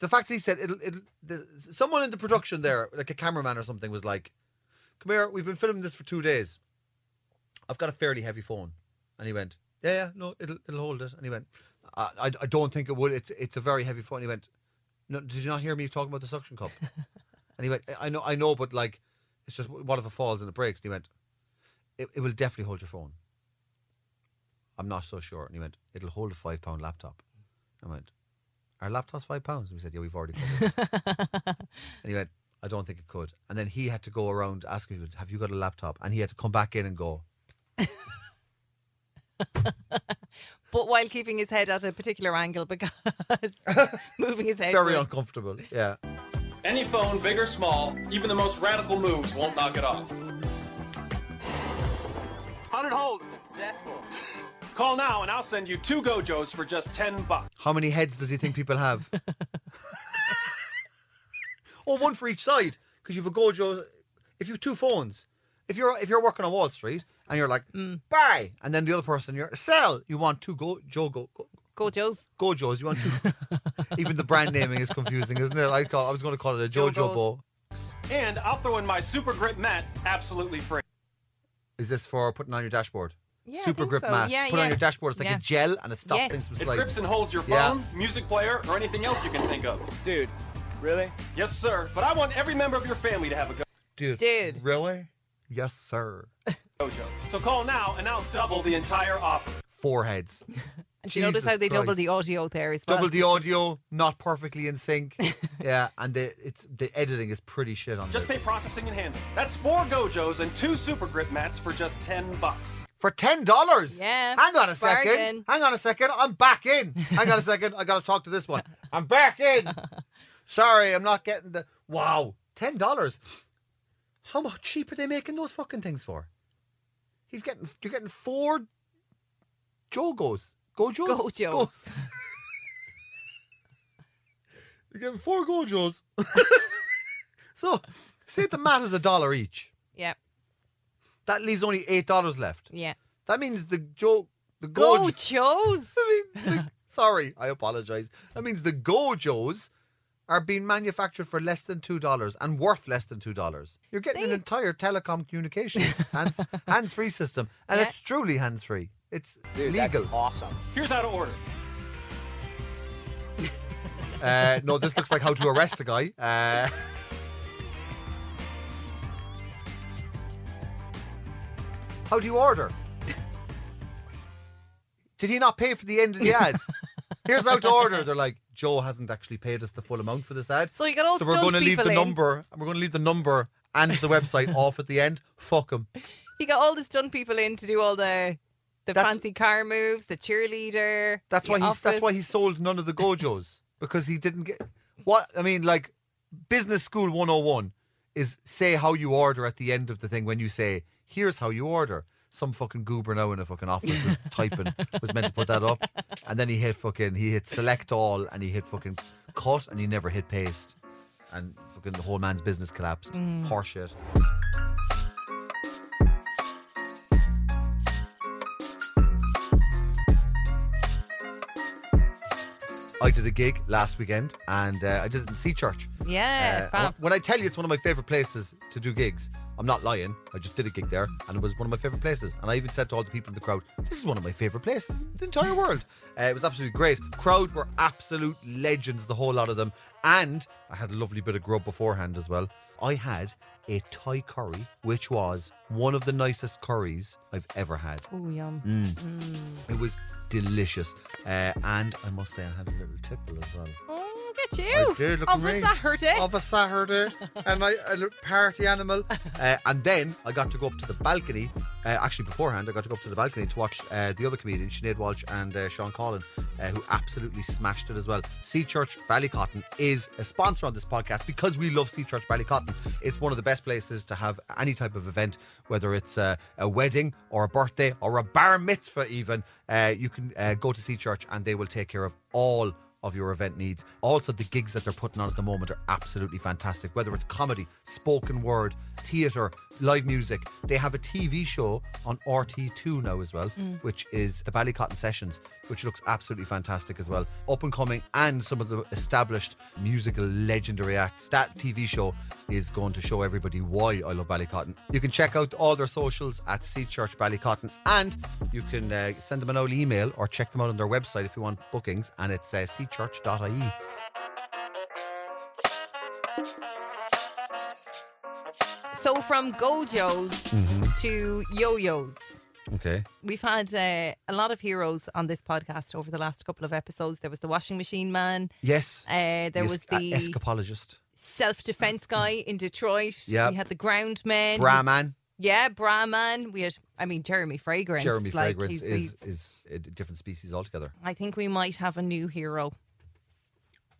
The fact that he said it'll, it'll the, someone in the production there, like a cameraman or something, was like, "Come here, we've been filming this for two days. I've got a fairly heavy phone," and he went, yeah, yeah, no, it'll it'll hold it. And he went, I, I, I don't think it would. It's it's a very heavy phone. And he went, no, did you not hear me talking about the suction
*laughs*
cup? and he went, "I- I know, I know, but like, it's just what if it falls and it breaks? And he went, it, it will definitely hold your phone. I'm not so sure. And he went, it'll hold a five pound laptop. I went, are laptops five pounds? And we said, yeah, we've already covered this. and he went, I don't think it could. And then he had to go around asking people, have you got a laptop? And he had to come back in and go,
But while keeping his head at a particular angle
*laughs*
because moving his head.
very
would-
uncomfortable. Yeah.
*laughs* Any phone, big or small, even the most radical moves won't knock it off. 100 holes.
Successful.
Call now and I'll send you two Gojos for just 10 bucks.
How many heads does he think people have? *laughs* or one for each side, because you've a Gojo. If you've two phones, if you're if you're working on Wall Street and you're like buy, and then the other person you're sell, you want two go Joe go, go
Go, Joe's.
Gojos. You want
*laughs*
two. Even the brand naming is confusing, isn't it? I call, I was going to call it a
Jogos.
Jojo Bo.
And I'll throw in my Super Grip mat absolutely free.
Is this for putting on your dashboard?
Yeah, I
Super
think
grip
so.
mat.
Yeah,
Put it
yeah.
on your dashboard. It's like
Yeah.
a gel, and it stops
Yes.
things from
It
sliding.
grips and holds your
Yeah.
phone, music player, or anything else you can think of.
Dude, really?
Yes, sir. But I want every member of your family to have a
Dude,
Dude.
really? Yes, sir.
Gojo. So call now and I'll double the entire offer.
Four heads.
*laughs* And do you notice
Jesus
how they double
Christ.
the audio there as well?
double the audio, not perfectly in
*laughs*
sync. yeah, and the it's the editing is pretty shit on
Just
this.
pay processing and handling. That's four Gojos and two Super Grip mats for just 10 bucks.
For ten dollars.
Yeah,
Hang on a second.
bargain.
Hang on a second. I'm back in. Hang on a second. I gotta talk to this one. I'm back
*laughs*
in. Sorry, I'm not getting the Wow. Ten dollars. How much cheap are they making those fucking things for? He's getting you're getting four Jogos. Gojos?
Gojos. *laughs*
Go- you're getting four Gojos. *laughs* so say the mat is a dollar each.
Yeah,
That leaves only eight dollars left.
yeah.
That means the Joe, the *laughs*
Go,
Gojo.
Joe's.
I mean, the, sorry, I apologize. That means the Gojos are being manufactured for less than two dollars and worth less than two dollars. You're getting an
See?
entire telecom communications hands hands free system, and
Yeah.
it's truly hands free. It's
Dude,
legal.
that's awesome.
Here's how to order.
Uh, no, this looks like how to arrest a guy. Uh, how do you order? Did he not pay for the end of the ad? Here's how to order. They're like, Joe hasn't actually paid us the full amount for this ad.
So you got all
so we're
stumped
gonna leave
people
the
in.
number, and we're going to leave the number and the website off at the end. Fuck him.
He got all the stunt people in to do all the the
That's-
fancy car moves, the cheerleader.
That's
the
why he's that's why
office.
he sold none of the gojos because he didn't get what I mean like business school 101 is say how you order at the end of the thing when you say here's how you order some fucking goober now in a fucking office
*laughs*
was typing was meant to put that up and then he hit fucking he hit select all and he hit fucking cut and he never hit paste and fucking the whole man's business collapsed
Mm.
horseshit I did a gig last weekend and uh, I did it in Sea Church
Yeah,
uh,
fab.
when I tell you it's one of my favorite places to do gigs, I'm not lying. I just did a gig there, and it was one of my favorite places. And I even said to all the people in the crowd, "This is one of my favorite places in the entire world." Uh, it was absolutely great. Crowd were absolute legends, the whole lot of them. And I had a lovely bit of grub beforehand as well. I had a Thai curry, which was one of the nicest curries I've ever had.
Ooh, yum.
It was delicious, uh, and I must say I had a little tipple as well.
Oh, look at
I
you.
did, look Oh. at
Of
me.
a Saturday.
Of a Saturday, and I a little party animal. Uh, and then I got to go up to the balcony. Uh, actually, beforehand, I got to go up to the balcony to watch uh, the other comedians, Sinead Walsh and uh, Sean Collin, uh, who absolutely smashed it as well. Sea Church Ballycotton is a sponsor on this podcast because we love Sea Church Ballycotton. It's one of the best places to have any type of event, whether it's uh, a wedding or a birthday or a bar mitzvah, even. Uh, you can uh, go to Sea Church and they will take care of all of your event needs. Also, the gigs that they're putting on at the moment are absolutely fantastic, whether it's comedy, spoken word, theatre, live music. They have a TV show on RT2 now as well, which is the Ballycotton Sessions, which looks absolutely fantastic as well. Up and coming, and some of the established musical legendary acts. That TV show is going to show everybody why I love Ballycotton. You can check out all their socials at Sea Church Ballycotton, and you can uh, send them an old email or check them out on their website if you want bookings, and it's uh, seachurch.ie.
So from Gojos
Mm-hmm.
to yo-yos.
Okay.
We've had uh, a lot of heroes on this podcast over the last couple of episodes. There was the washing machine man.
Yes.
Uh, there
Yes,
was
a-
the
escapologist.
self defense guy in Detroit.
Yep.
We had the ground men.
Bra man.
Yeah, bra man. We had, I mean, Jeremy Fragrance.
Jeremy
like,
Fragrance
he's-
is,
he's-
is a d- different species altogether.
I think we might have a new hero.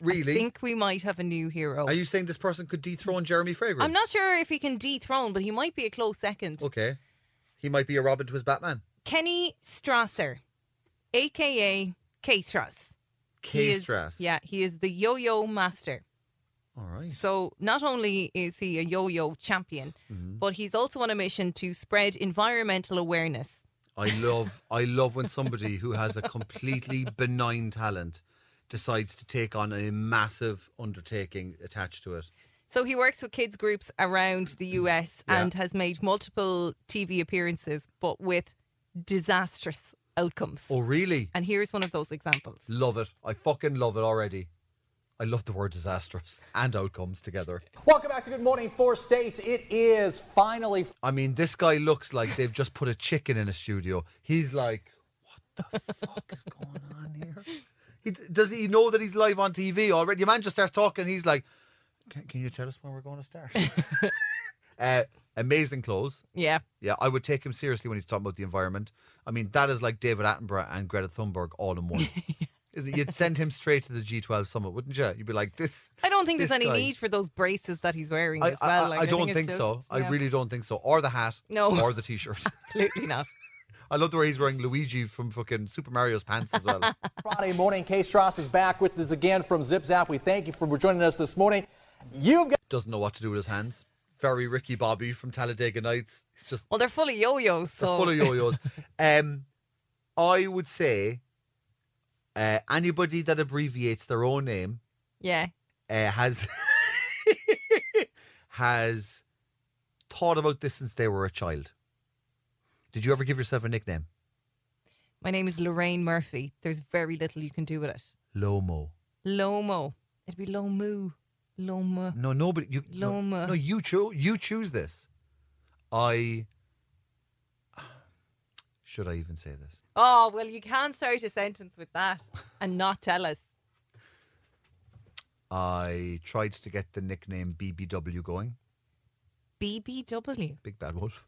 Really?
I think we might have a new hero.
Are you saying this person could dethrone Jeremy Fragrance?
I'm not sure if he can dethrone, but he might be a close second.
Okay. He might be a Robin to his Batman.
Kenny Strasser, aka K Strass. He
K
is-
Strass.
Yeah, he is the yo yo master.
All right.
So not only is he a yo-yo champion,
Mm-hmm.
but he's also on a mission to spread environmental awareness.
I love I love when somebody who has a completely benign talent decides to take on a massive undertaking attached to it.
So he works with kids groups around the US
Mm-hmm. Yeah.
and has made multiple TV appearances but with disastrous outcomes.
Oh really?
And here's one of those examples.
Love it. I fucking love it already. I love the word disastrous and outcomes together.
Welcome back to Good Morning Four States. It is finally
I mean, this guy looks like they've just put a chicken in a studio. He's like, what the fuck is going on here? He, does he know that he's live on TV already? Your man just starts talking. He's like, can, can you tell us when we're going to
*laughs*
start? uh, amazing clothes.
Yeah.
Yeah, I would take him seriously when he's talking about the environment. I mean, that is like David Attenborough and Greta Thunberg all in
*laughs*
one. Isn't it? You'd send him straight to the G12 summit, wouldn't you? You'd be like, this.
I don't think there's
this
any
guy-
need for those braces that he's wearing
I,
as well.
I-
Like,
I don't
it's
think, so.
just-
I
yeah,
really don't think so. Or the hat.
No.
Or the t
*laughs*
shirt.
Absolutely not.
I love the way he's wearing Luigi from fucking Super Mario's pants as
*laughs*
well.
Friday morning. Kay Strauss is back with us again from Zip Zap. We thank you for joining us this morning. You've got
Doesn't know what to do with his hands. Very Ricky Bobby from Talladega Nights. It's just
Well, they're full of yo-yos. So
they're full of
*laughs*
yo-yos. um, I would say uh, anybody that abbreviates their own name
yeah.
uh, has *laughs* has thought about this since they were a child. Did you ever give yourself a nickname?
My name is Lorraine Murphy. There's very little you can do with it.
Lomo.
Lomo. It'd be Lomu. Lomo.
No, nobody. You, no-
Loma.
No, you choose. You choose this. I. Should I even say this?
Oh, well, you can't start a sentence with that and not tell us.
I tried to get the nickname BBW going.
BBW.
Big Bad Wolf.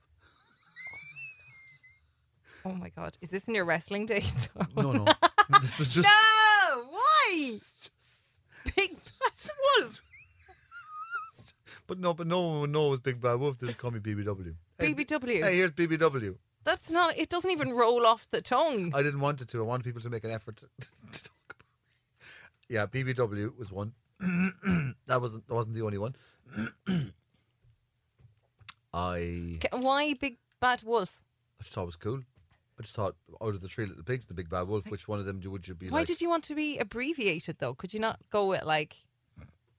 Oh my God. Is this in your wrestling days? *laughs*
No, no. this was just.
no! Why? Big Bad Wolf.
But no, but no one would know it was Big Bad Wolf. They just call me BBW. Hey,
BBW.
Hey, here's BBW.
That's not, it doesn't even roll off the tongue.
I didn't want it to. I wanted people to make an effort to, *laughs* to talk about. it. Yeah, BBW was one. *clears throat* that wasn't that wasn't the only one. *clears throat* I
Ca- Why Big Bad Wolf?
I just thought it was cool. I just thought out of the three little pigs, the big bad wolf, which one of them do- would you be
Why
like?
did you want to be abbreviated though? Could you not go with like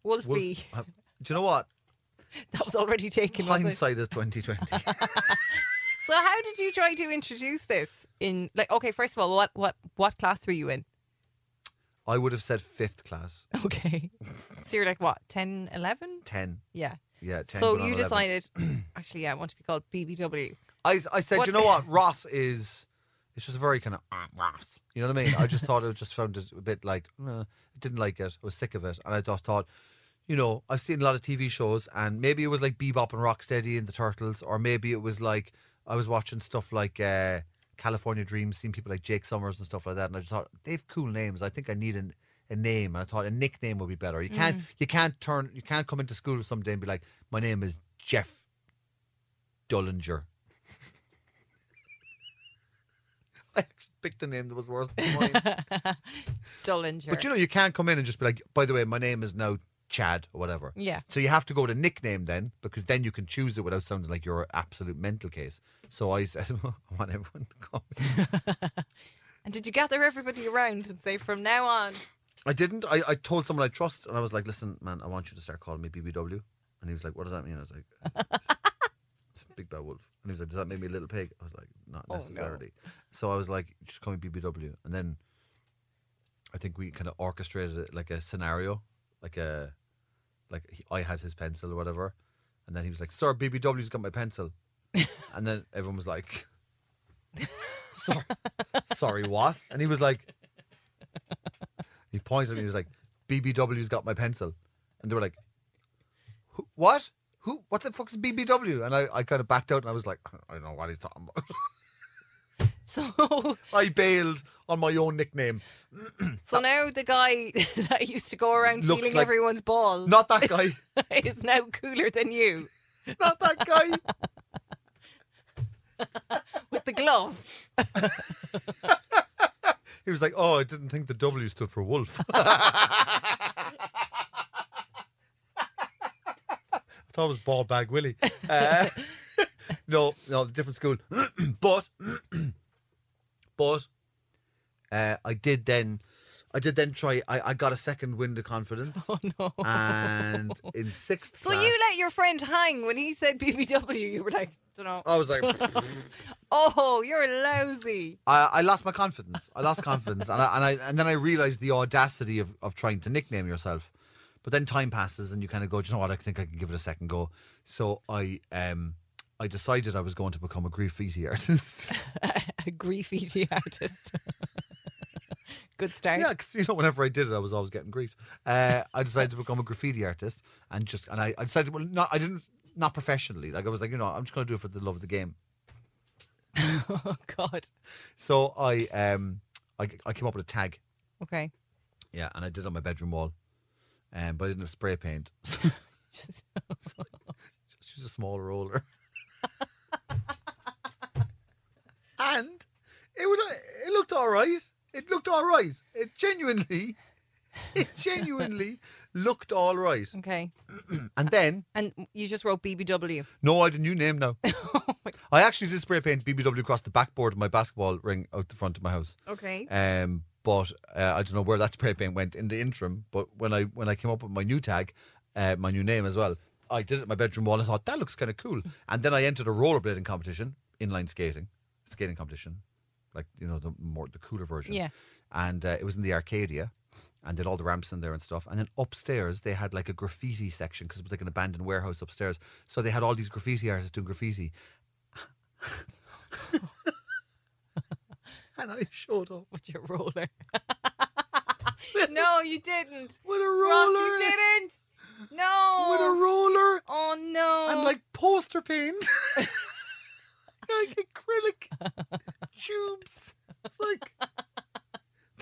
Wolfie?
Wolf- *laughs* Uh, do you know
*laughs*
what?
That was already taken. was it?
Hindsight is twenty
*laughs*
twenty.
So how did you try to introduce this in like okay, first of all, what what what class were you in? *laughs*
I would have said fifth class,
Okay. So you're like what, 10, 11?
ten.
Yeah.
Yeah, ten.
so
going on
you
11.
decided *clears throat* actually yeah, I want to be called BBW.
I, I said,
What-
you know what? Ross is. It's just very kind of "Ah, Ross. You know what I mean? I just thought it just found it a bit like uh, I didn't like it. I was sick of it, and I just thought, you know, I've seen a lot of TV shows, and maybe it was like Bebop and Rocksteady and the Turtles, or maybe it was like I was watching stuff like uh, California Dreams, seeing people like Jake Summers and stuff like that, and I just thought they have cool names. I think I need an, a name, and I thought a nickname would be better. You can't you can't turn you can't come into school someday and be like, my name is Jeff Dullinger. *laughs* I actually picked a name that was worse than mine.
Dullinger.
but you know, you can't come in and just be like, by the way, my name is now Chad or whatever.
Yeah.
So you have to go to nickname then, because then you can choose it without sounding like you're an absolute mental case. So I said, *laughs* I want everyone to call me.
and did you gather everybody around and say, from now on, *laughs*
I didn't. I, I told someone I trust, and I was like, "Listen, man, I want you to start calling me BBW." And he was like, "What does that mean?" I was like, "It's "Big bad wolf." And he was like, "Does that make me a little pig?" I was like, "Not
Oh, no.
necessarily." So I was like, "Just call me BBW." And then I think we kind of orchestrated it like a scenario, like a like he, I had his pencil or whatever, and then he was like, "Sir, BBW's got my
*laughs*
pencil," and then everyone was like, "Sorry, sorry, what?" And he was like. He pointed at me. He was like, "BBW's got my pencil," and they were like, Who, "What? Who? What the fuck is BBW?" And I, I kind of backed out, and I was like, "I don't know what he's talking about." *laughs*
so
I bailed on my own nickname.
so now the guy *laughs* that used to go around
Uh, Looks
feeling
like-
everyone's balls
Not that guy.
*laughs* is now cooler than you
Not that guy.
with the
*laughs*
glove.
He was like, "Oh, I didn't think the W stood for wolf." *laughs* I thought it was ball bag Willie. Uh, *laughs* no, no, different school. *clears throat* but, but, uh, I did then, I did then try. I, I got a second wind of
*laughs*
confidence. Oh
no!
And in sixth,
So
class,
you let your friend hang when he said BBW. You were like, don't know.
I was like,
*laughs* oh, you're lousy.
I, I lost my confidence. I lost confidence, and I, and I and then I realized the audacity of, of trying to nickname yourself. But then time passes, and you kind of go, Do you know what? I think I can give it a second go. So I um I decided I was going to become a graffiti artist.
*laughs*
*laughs*
A grief eating *laughs* artist. Good start.
yeah, because you know, whenever I did it, I was always getting grief. Uh, I decided to become a graffiti artist, and just and I, I decided well, not I didn't not professionally. Like I was like, you know, I'm just going to do it for the love of the game.
*laughs* Oh God.
So I um I I came up with a tag.
Okay.
Yeah, and I did it on my bedroom wall, um, but I didn't have spray paint. *laughs* So just use a smaller roller. *laughs* and it would it looked all right. It looked all right. It genuinely, it genuinely looked all right.
Okay.
And then
And you just wrote BBW.
no, I had a new name now. I actually did spray paint BBW across the backboard of my basketball ring out the front of my house.
Okay.
Um, but uh, I don't know where that spray paint went in the interim. But when I when I came up with my new tag, uh, my new name as well, I did it at my bedroom wall. and thought that looks kind of cool. And then I entered a rollerblading competition, inline skating, skating competition, like you know the more the cooler version.
Yeah.
And uh, it was in the Arcadia, and they had all the ramps in there and stuff. And then upstairs they had like a graffiti section because it was like an abandoned warehouse upstairs. So they had all these graffiti artists doing graffiti. *laughs* and I showed up
*laughs* With your roller. no, you didn't.
*laughs* with a
Ross,
roller.
you didn't. No.
with a roller
Oh no.
and like poster paint, *laughs* like acrylic
*laughs*
tubes. It's Like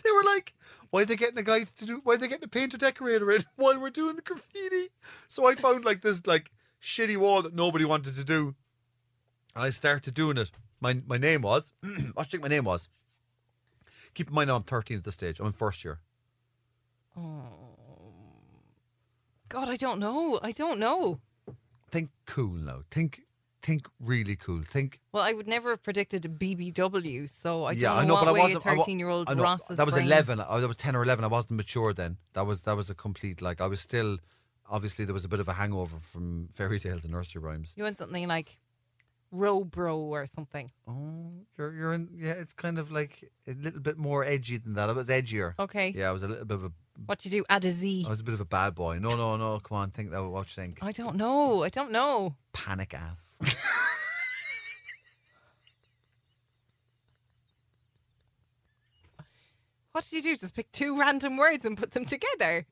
they were like, why are they getting a guy to do? Why are they getting a painter decorator in *laughs* while we're doing the graffiti? So I found like this like shitty wall that nobody wanted to do, and I started doing it. My my name was, *clears throat* what do you think my name was? Keep in mind, I'm 13 at this stage. I'm in first year.
Oh. God, I don't know. I don't know.
Think cool now. Think think really cool. Think
Well, I would never have predicted a BBW, so I don't
yeah,
know,
I know,
what
but I
way
wasn't.
a thirteen-year-old
I wa- I know,
Ross
That was eleven. I, that was ten or eleven. I wasn't mature then. That was that was a complete like. I was still obviously there was a bit of a hangover from *laughs* fairy tales and nursery rhymes.
You want something like row bro or something?
Oh, you're you're in. Yeah, it's kind of like a little bit more edgy than that. I was edgier.
Okay.
Yeah, I was a little bit of a.
What you do? Add a Z.
I was a bit of a bad boy. No, no, no. Come on, think that. What you think?
I don't know. I don't know.
Panic ass.
What did you do? Just pick two random words and put them together.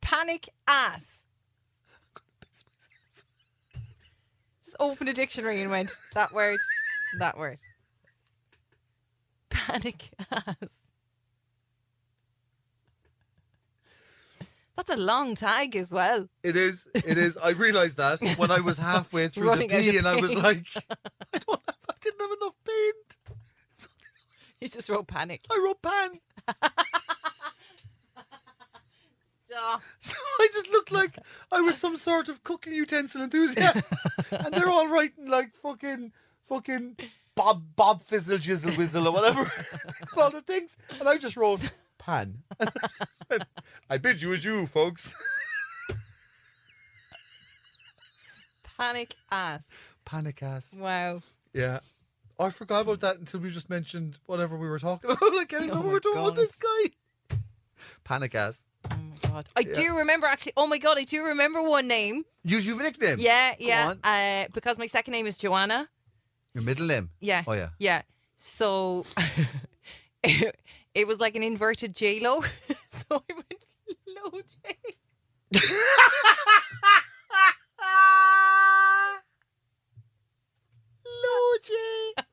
Panic ass. Just opened a dictionary and went that word, that word. Panic ass. That's a long tag as well. *laughs*
It is. It is. I realised that when I was halfway through the
Running out of
pee, and I was
paint.
like, I don't have. I didn't have enough paint. wind.
You just wrote panic.
I wrote pan. *laughs*
Stop.
So I just looked like I was some sort of cooking utensil enthusiast, and they're all writing like fucking, fucking Bob Bob Fizzle Jizzle Whizzle or whatever, *laughs* all the things, and I just wrote pan. *laughs* And I, just went, I bid you adieu, folks. *laughs*
Panic ass.
Panic ass.
Wow.
Yeah. I forgot about that until we just mentioned whatever we were talking *laughs* about. I can't remember
Oh
what we
my
were talking about
God.
this guy. Panic ass.
Oh my god. I
Yeah.
do remember actually. Oh my god, I do remember one name.
Use your nickname.
Yeah,
Go
yeah.
on.
Uh, because my second name is Joanna.
Your middle name.
Yeah.
Oh yeah.
Yeah. So *laughs* it, it was like an inverted J Lo. *laughs* so I went low J. Ah.
Logie.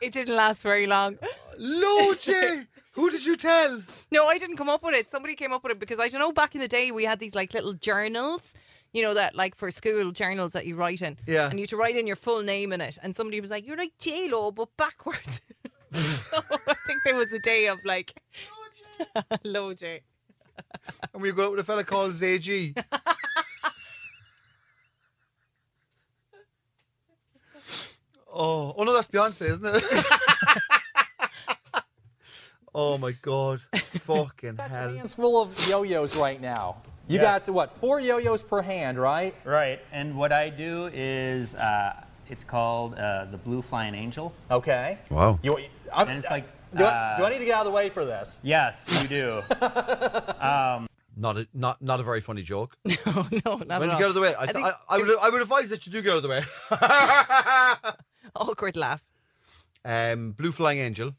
It didn't last very long. *laughs*
Logie. Who did you tell?
No, I didn't come up with it. Somebody came up with it because I don't know. Back in the day, we had these like little journals, you know, that like for school journals that you write in.
Yeah.
And you had to write in your full name in it. And somebody was like, "You're like J Lo, but backwards." *laughs* so I think there was a day of like, *laughs* low J. *laughs*
And we go out with a fella called ZG. oh, oh no, that's Beyonce, isn't it? *laughs* oh my god, fucking hell!
Hands full of yo-yos right now. You
Yeah.
got what? Four yo-yos per hand, right?
Right. And what I do is uh, it's called uh, the Blue Flying Angel.
Okay.
Wow.
You, I'm,
and it's like.
do, I,
uh,
do I need to get out of the way for this?
Yes, you do. um,
Not a not not a very funny joke. No,
Oh, no, not
When
at
you
all.
get out of the way, I,
I
th-
think-
I, I would I would advise that you do get out of the way.
Awkward laugh.
*laughs* um, Blue Flying Angel.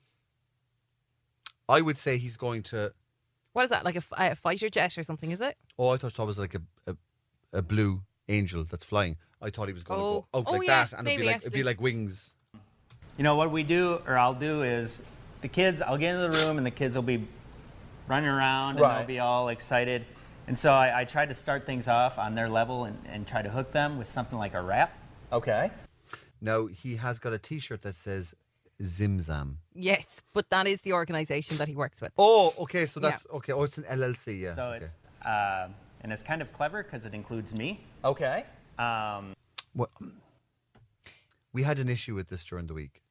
I would say he's going to.
What is that? Like a, f- a fighter jet or something? Is it?
Oh, I thought it was like a, a a blue angel that's flying. I thought he was going to
Oh.
go out
Oh,
like
yeah,
that, and it'd be
maybe,
like it'd be
actually.
like wings.
you know what we do, or I'll do is the kids. I'll get into the room, and the kids will be running around, and
Right.
they'll be all excited. And so I, I try to start things off on their level and, and try to hook them with something like a rap.
Okay.
Now he has got a T-shirt that says Zimzam.
Yes, but that is the organisation that he works with.
Oh, okay, so
Yeah.
that's okay. Oh, it's an LLC, yeah.
So
okay.
it's uh, and it's kind of clever because it includes me.
Okay.
Um,
What? We had an issue with this during the week.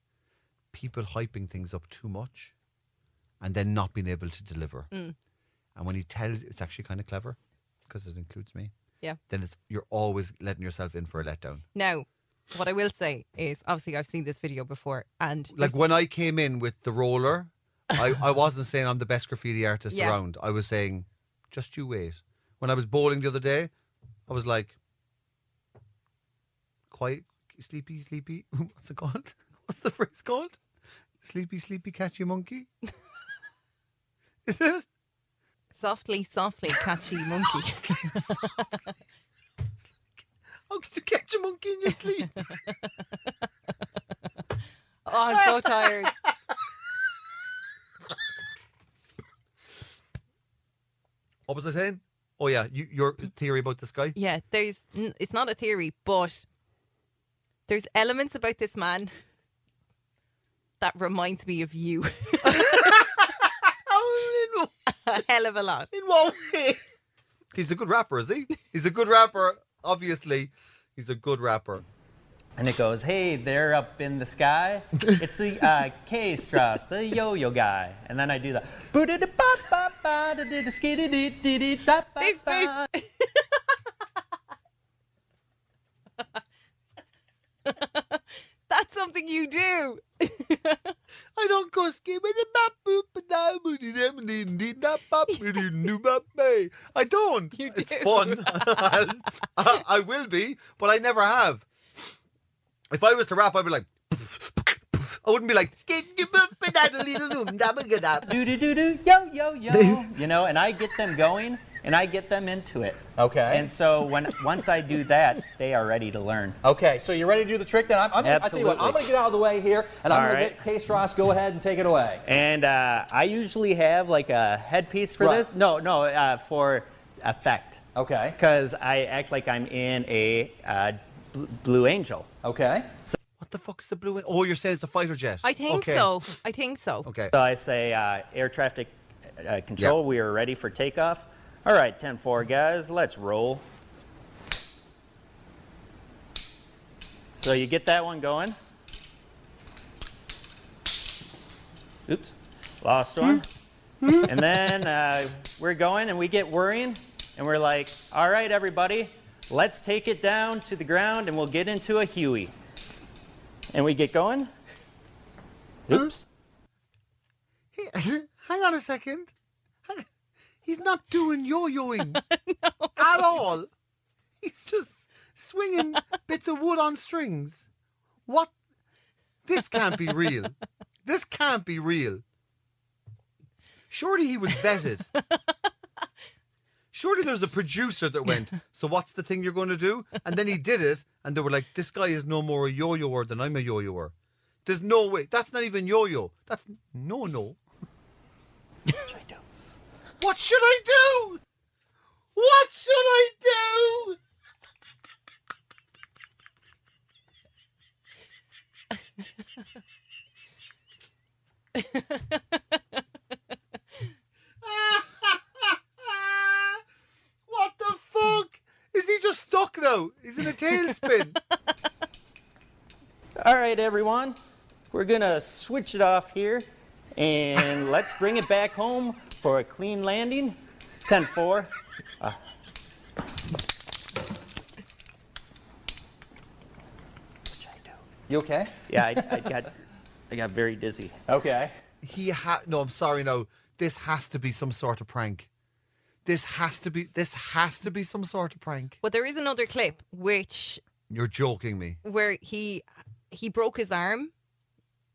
People hyping things up too much, and then not being able to deliver.
Mm.
And when he tells, it's actually kind of clever because it includes me.
Yeah.
Then it's you're always letting yourself in for a letdown.
Now, what I will say is, obviously, I've seen this video before, and
like when I came in with the roller, I, I wasn't saying I'm the best graffiti artist
Yeah.
around. I was saying, just you wait. When I was bowling the other day, I was like, quiet, sleepy, sleepy. *laughs* What's it called? What's the phrase called? Sleepy, sleepy, catch you monkey. *laughs* Is it?
softly, softly, catchy
*laughs*
monkey.
How could you catch a monkey in your sleep?
Oh, I'm so tired.
what was I saying? Oh yeah, you, your theory about this guy.
*laughs* Yeah, there's. n- It's not a theory, but there's elements about this man that reminds me of you *laughs*
Oh,
a hell of a lot.
in what way? *laughs* He's a good rapper, is he? He's a good rapper, obviously. He's a good rapper.
and it goes, hey, they're up in the sky. It's the uh, K Strauss, the yo-yo guy. And then I do the.
This *laughs* bitch. That's something you do.
I don't go skimming the bop boop and I moody dem and dee dee da bop moody doo bop bay. I don't.
You
It's
do.
fun. *laughs* I'll- I, I will be, but I never have. If I was to rap, I'd be like, I wouldn't be like, skid doo bop and I dee doo doo da ba ga da.
Do do do do yo yo yo. You know, and I get them going, and I get them into it.
Okay.
And so when once I do that, they are ready to learn.
Okay, so you ready to do the trick? Then I'm, I'm gonna, I tell you what, I'm
Absolutely.
going to get out of the way here, and I'm
All
going
right.
to let Case Ross go ahead and take it away.
And uh, I usually have like a headpiece for
Right.
this. No, no, uh, for effect,
Okay.
because I act like I'm in a uh, bl- blue angel.
Okay.
So
What What the fuck is the blue? wing? Oh, you're saying it's a fighter jet.
I think
Okay.
so. I think so.
Okay.
So I say, uh, air traffic uh, control, we are ready for takeoff. All right, 10 4, guys, let's roll. So you get that one going. Oops, lost one. and then uh, we're going and we get worrying and we're like, all right, everybody, let's take it down to the ground and we'll get into a Huey. And we get going. Oops.
*laughs* Hang on a second. Hang- He's not doing yo-yoing at all. He's just swinging bits of wood on strings. What? This can't be real. This can't be real. Surely he was vetted. Surely there's a producer that went, so what's the thing you're going to do? And then he did it, and they were like, this guy is no more a yo-yoer than I'm a yo-yoer. There's no way. That's not even yo-yo. That's no-no. What should I do? What should I do? what the fuck? Is he just stuck now? He's in a *laughs* tailspin.
All right, everyone, we're gonna switch it off here and let's bring it back home for a clean landing. 10 4. Uh,
You okay?
yeah, I, I got I got very dizzy.
Okay.
he ha no i'm sorry no this has to be some sort of prank this has to be this has to be some sort of prank
But there is another clip which
you're joking me
where he he broke his arm,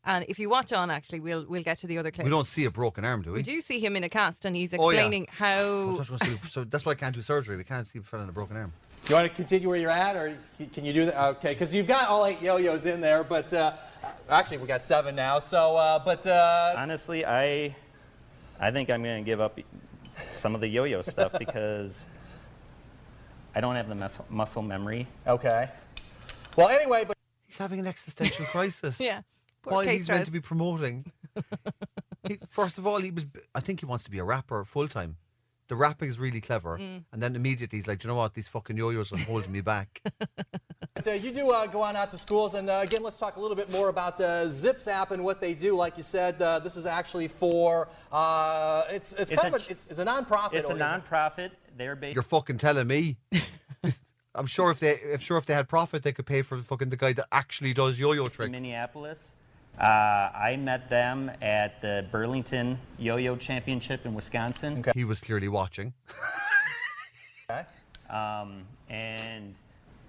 and if you watch on, actually, we'll we'll get to the other clip.
we don't see a broken arm do we,
We do see him in a cast, and he's
Oh, yeah.
explaining
I
how
thought you were gonna see- so that's why i can't do surgery we can't see a fella in a broken arm
You want to continue where you're at, or c- can you do that? Okay, because you've got all eight yo-yos in there, but uh, actually we got seven now. So, uh, but uh,
Honestly, I I think I'm gonna give up some of the yo-yo stuff because I don't have the muscle, muscle memory.
Okay. Well, anyway, but
he's having an existential crisis
*laughs* Yeah. Poor
why
case
he's meant
dress.
to be
*laughs*
promoting he, first of all he was i think he wants to be a rapper full-time the rapping is really clever
Mm.
and then immediately he's like do you know what these fucking yo-yos are holding me back *laughs*
But, uh, you do uh, go on out to schools, and uh, again, let's talk a little bit more about uh, Zips app and what they do. Like you said, uh, this is actually for uh, it's it's,
It's
kind
a
of a, it's, it's a nonprofit.
It's a
organization.
nonprofit. They're based
You're fucking telling
*laughs*
me. I'm sure if they, I'm sure if they had profit, they could pay for fucking the guy that actually does yo-yo
in
tricks.
Minneapolis. Uh, I met them at the Burlington Yo-Yo Championship in Wisconsin.
He was clearly watching.
Um, and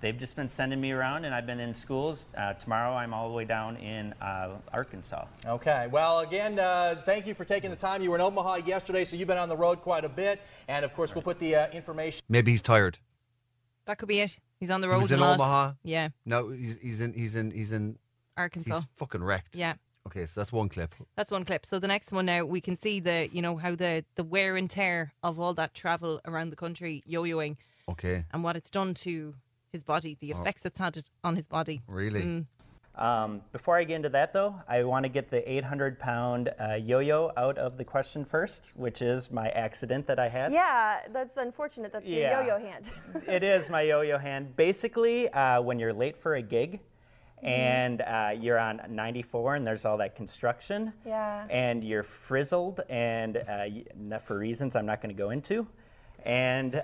they've just been sending me around, and I've been in schools. Uh, tomorrow, I'm all the way down in uh, Arkansas.
Okay. Well, again, uh, thank you for taking the time. You were in Omaha yesterday, so you've been on the road quite a bit, and of course, we'll put the uh, information.
Maybe he's tired.
that could be it. He's on the
He
road
was
a
in
lot.
Omaha.
Yeah,
No, he's, he's in, he's in, he's in.
Arkansas.
He's fucking wrecked.
Yeah.
Okay, so that's one clip.
That's one clip. So the next one now we can see the you know how the the wear and tear of all that travel around the country yo-yoing
Okay,
and what it's done to his body, the
Oh.
effects it's had it- on his body.
really?
Mm.
Um, before I get into that, though, I want to get the 800 pound uh, yo yo out of the question first, which is my accident that I had.
Yeah, that's unfortunate. That's
Yeah.
your yo-yo hand. *laughs*
it is my yo-yo hand. Basically, uh, when you're late for a gig,
Mm-hmm.
and uh, you're on 94, and there's all that construction,
Yeah.
and you're frizzled, and uh, y- not for reasons I'm not going to go into, and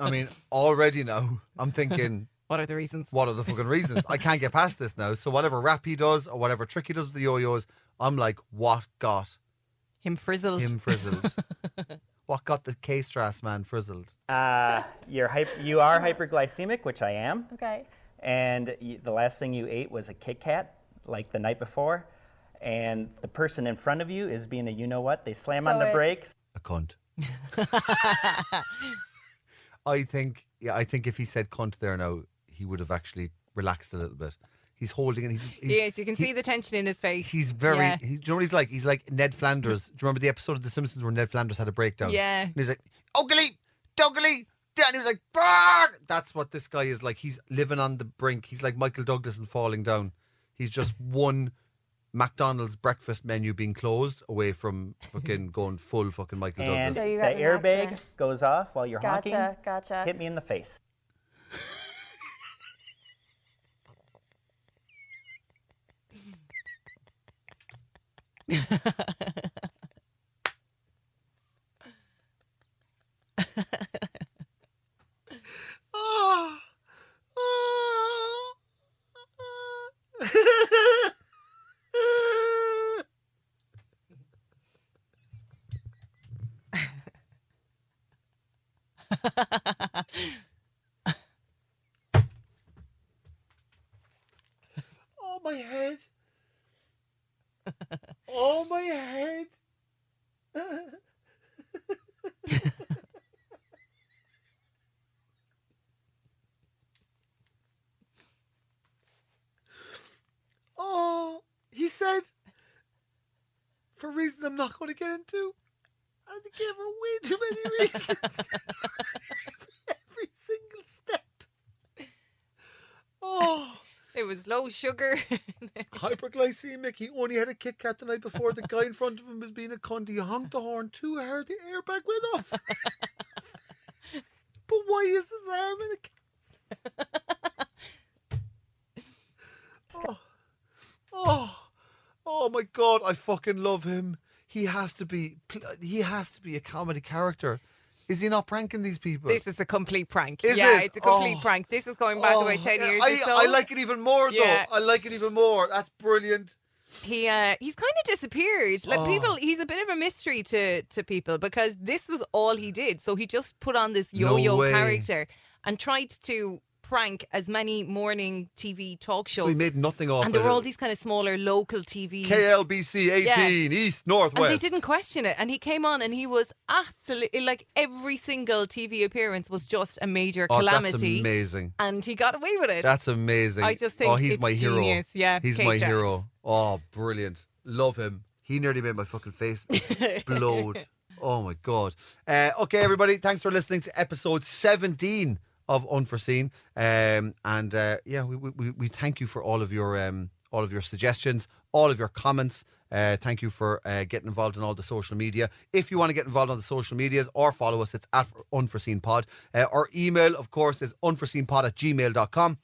I mean, already now I'm thinking.
What are the reasons?
What are the fucking reasons? I can't get past this now. So whatever rap he does or whatever trick he does with the yo-yos, I'm like, what got
Him frizzled.
him
*laughs*
frizzled? what got the K-Strass man frizzled?
*laughs*
uh, you're hyp- you are hyperglycemic, which I am.
Okay.
and y the last thing you ate was a Kit Kat, like the night before, and the person in front of you is being a you know what? They slam on
So
the
it-
brakes.
A
*laughs*
cunt. I think, yeah, I think if he said cunt there now, he would have actually relaxed a little bit. He's holding it. He's, he's
yes, you can see the tension in his face.
He's very.
Yeah.
He, do you know what he's like? He's like Ned Flanders. Do you remember the episode of The Simpsons where Ned Flanders had a breakdown?
Yeah.
And he's like, "Ogly, Doggly," and he was like, "Fuck!" That's what this guy is like. He's living on the brink. He's like Michael Douglas and falling down. He's just one McDonald's breakfast menu being closed away from fucking
*laughs*
going full fucking Michael
And
Douglas.
So you
the
got the max
airbag
there.
goes off while you're honking.
Gotcha, gotcha.
Hit me in the face.
Oh my head. oh my head. oh, he said, for reasons I'm not going to get into, I gave her way too many reasons. *laughs* Every single step. Oh.
It was low sugar. *laughs*
Hyperglycemic. He only had a Kit Kat the night before. The guy in front of him was being a cunt. He honked the horn too hard. The airbag went off.
*laughs*
but why is his arm in a cast? oh, oh, oh my god! I fucking love him. He has to be. pl- He has to be a comedy character. Is he not pranking these people?
This is a complete prank.
Is
yeah,
it?
it's a complete
Oh.
prank. This is going back the way
Oh,
ten years
I,
or so.
I like it even more
Yeah.
though. I like it even more. That's brilliant.
He uh, he's kind of disappeared. Like
Oh.
people, he's a bit of a mystery to to people because this was all he did. So he just put on this
No
yo-yo
way.
character and tried to prank as many morning TV talk shows.
So he made nothing off
and
it.
there were all these kind of smaller local TV.
KLBC 18
Yeah.
East
and they
Northwest.
didn't question it. And he came on and he was absolutely like every single TV appearance was just a major
Oh,
calamity.
That's amazing.
And he got away with it.
That's amazing.
I just
oh,
think
he's
it's
my hero.
genius. Yeah,
he's
Kate
my
Jacks.
hero. Oh, brilliant. Love him. He nearly made my fucking
*laughs*
face explode. oh my god. Uh, okay, everybody. Thanks for listening to episode seventeen of Unforeseen. Um, and uh, yeah, we, we- we we thank you for all of your um all of your suggestions, all of your comments. Uh, thank you for uh, getting involved in all the social media. If you want to get involved on the social medias or follow us, it's at Unforeseen Pod. Uh, our email, of course, is unforeseenpod at gmail.com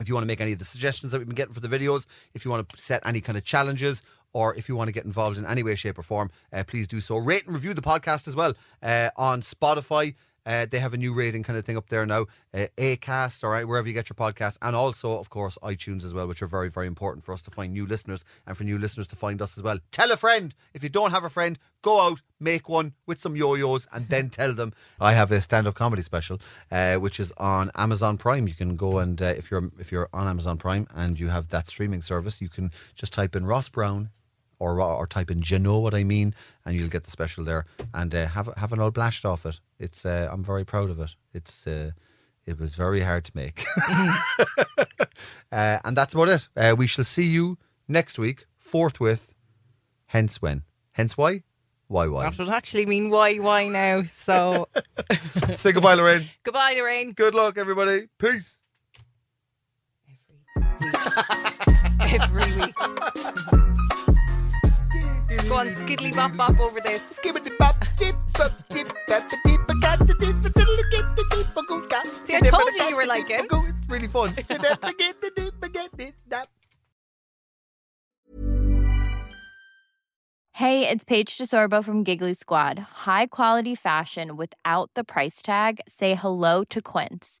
if you want to make any of the suggestions that we've been getting for the videos, if you want to set any kind of challenges, or if you want to get involved in any way, shape, or form, uh, please do so. Rate and review the podcast as well uh, on Spotify. Uh, they have a new rating kind of thing up there now, uh, Acast, all right, wherever you get your podcast, and also, of course, iTunes as well, which are very, very important for us to find new listeners and for new listeners to find us as well. Tell a friend if you don't have a friend, go out, make one with some yo-yos, and then tell them I have a stand-up comedy special, uh, which is on Amazon Prime. You can go and uh, if you're if you're on Amazon Prime and you have that streaming service, you can just type in Ross Brown. Or, or type in "you know what I mean" and you'll get the special there and uh, have have an old blast off it. It's uh, I'm very proud of it. It's uh, it was very hard to make. *laughs* Uh, and that's about it. Uh, we shall see you next week, forthwith. Hence when. Hence why? Why why?
That would actually mean why, why
*laughs*
now? So
Say goodbye, Lorraine.
goodbye, Lorraine.
Good luck, everybody. Peace.
Every week. Go on, skiddly bop bop over this. See, I told you you were like it.
It's really fun.
Hey, it's Paige DeSorbo from Giggly Squad. High quality fashion without the price tag. Say hello to Quince.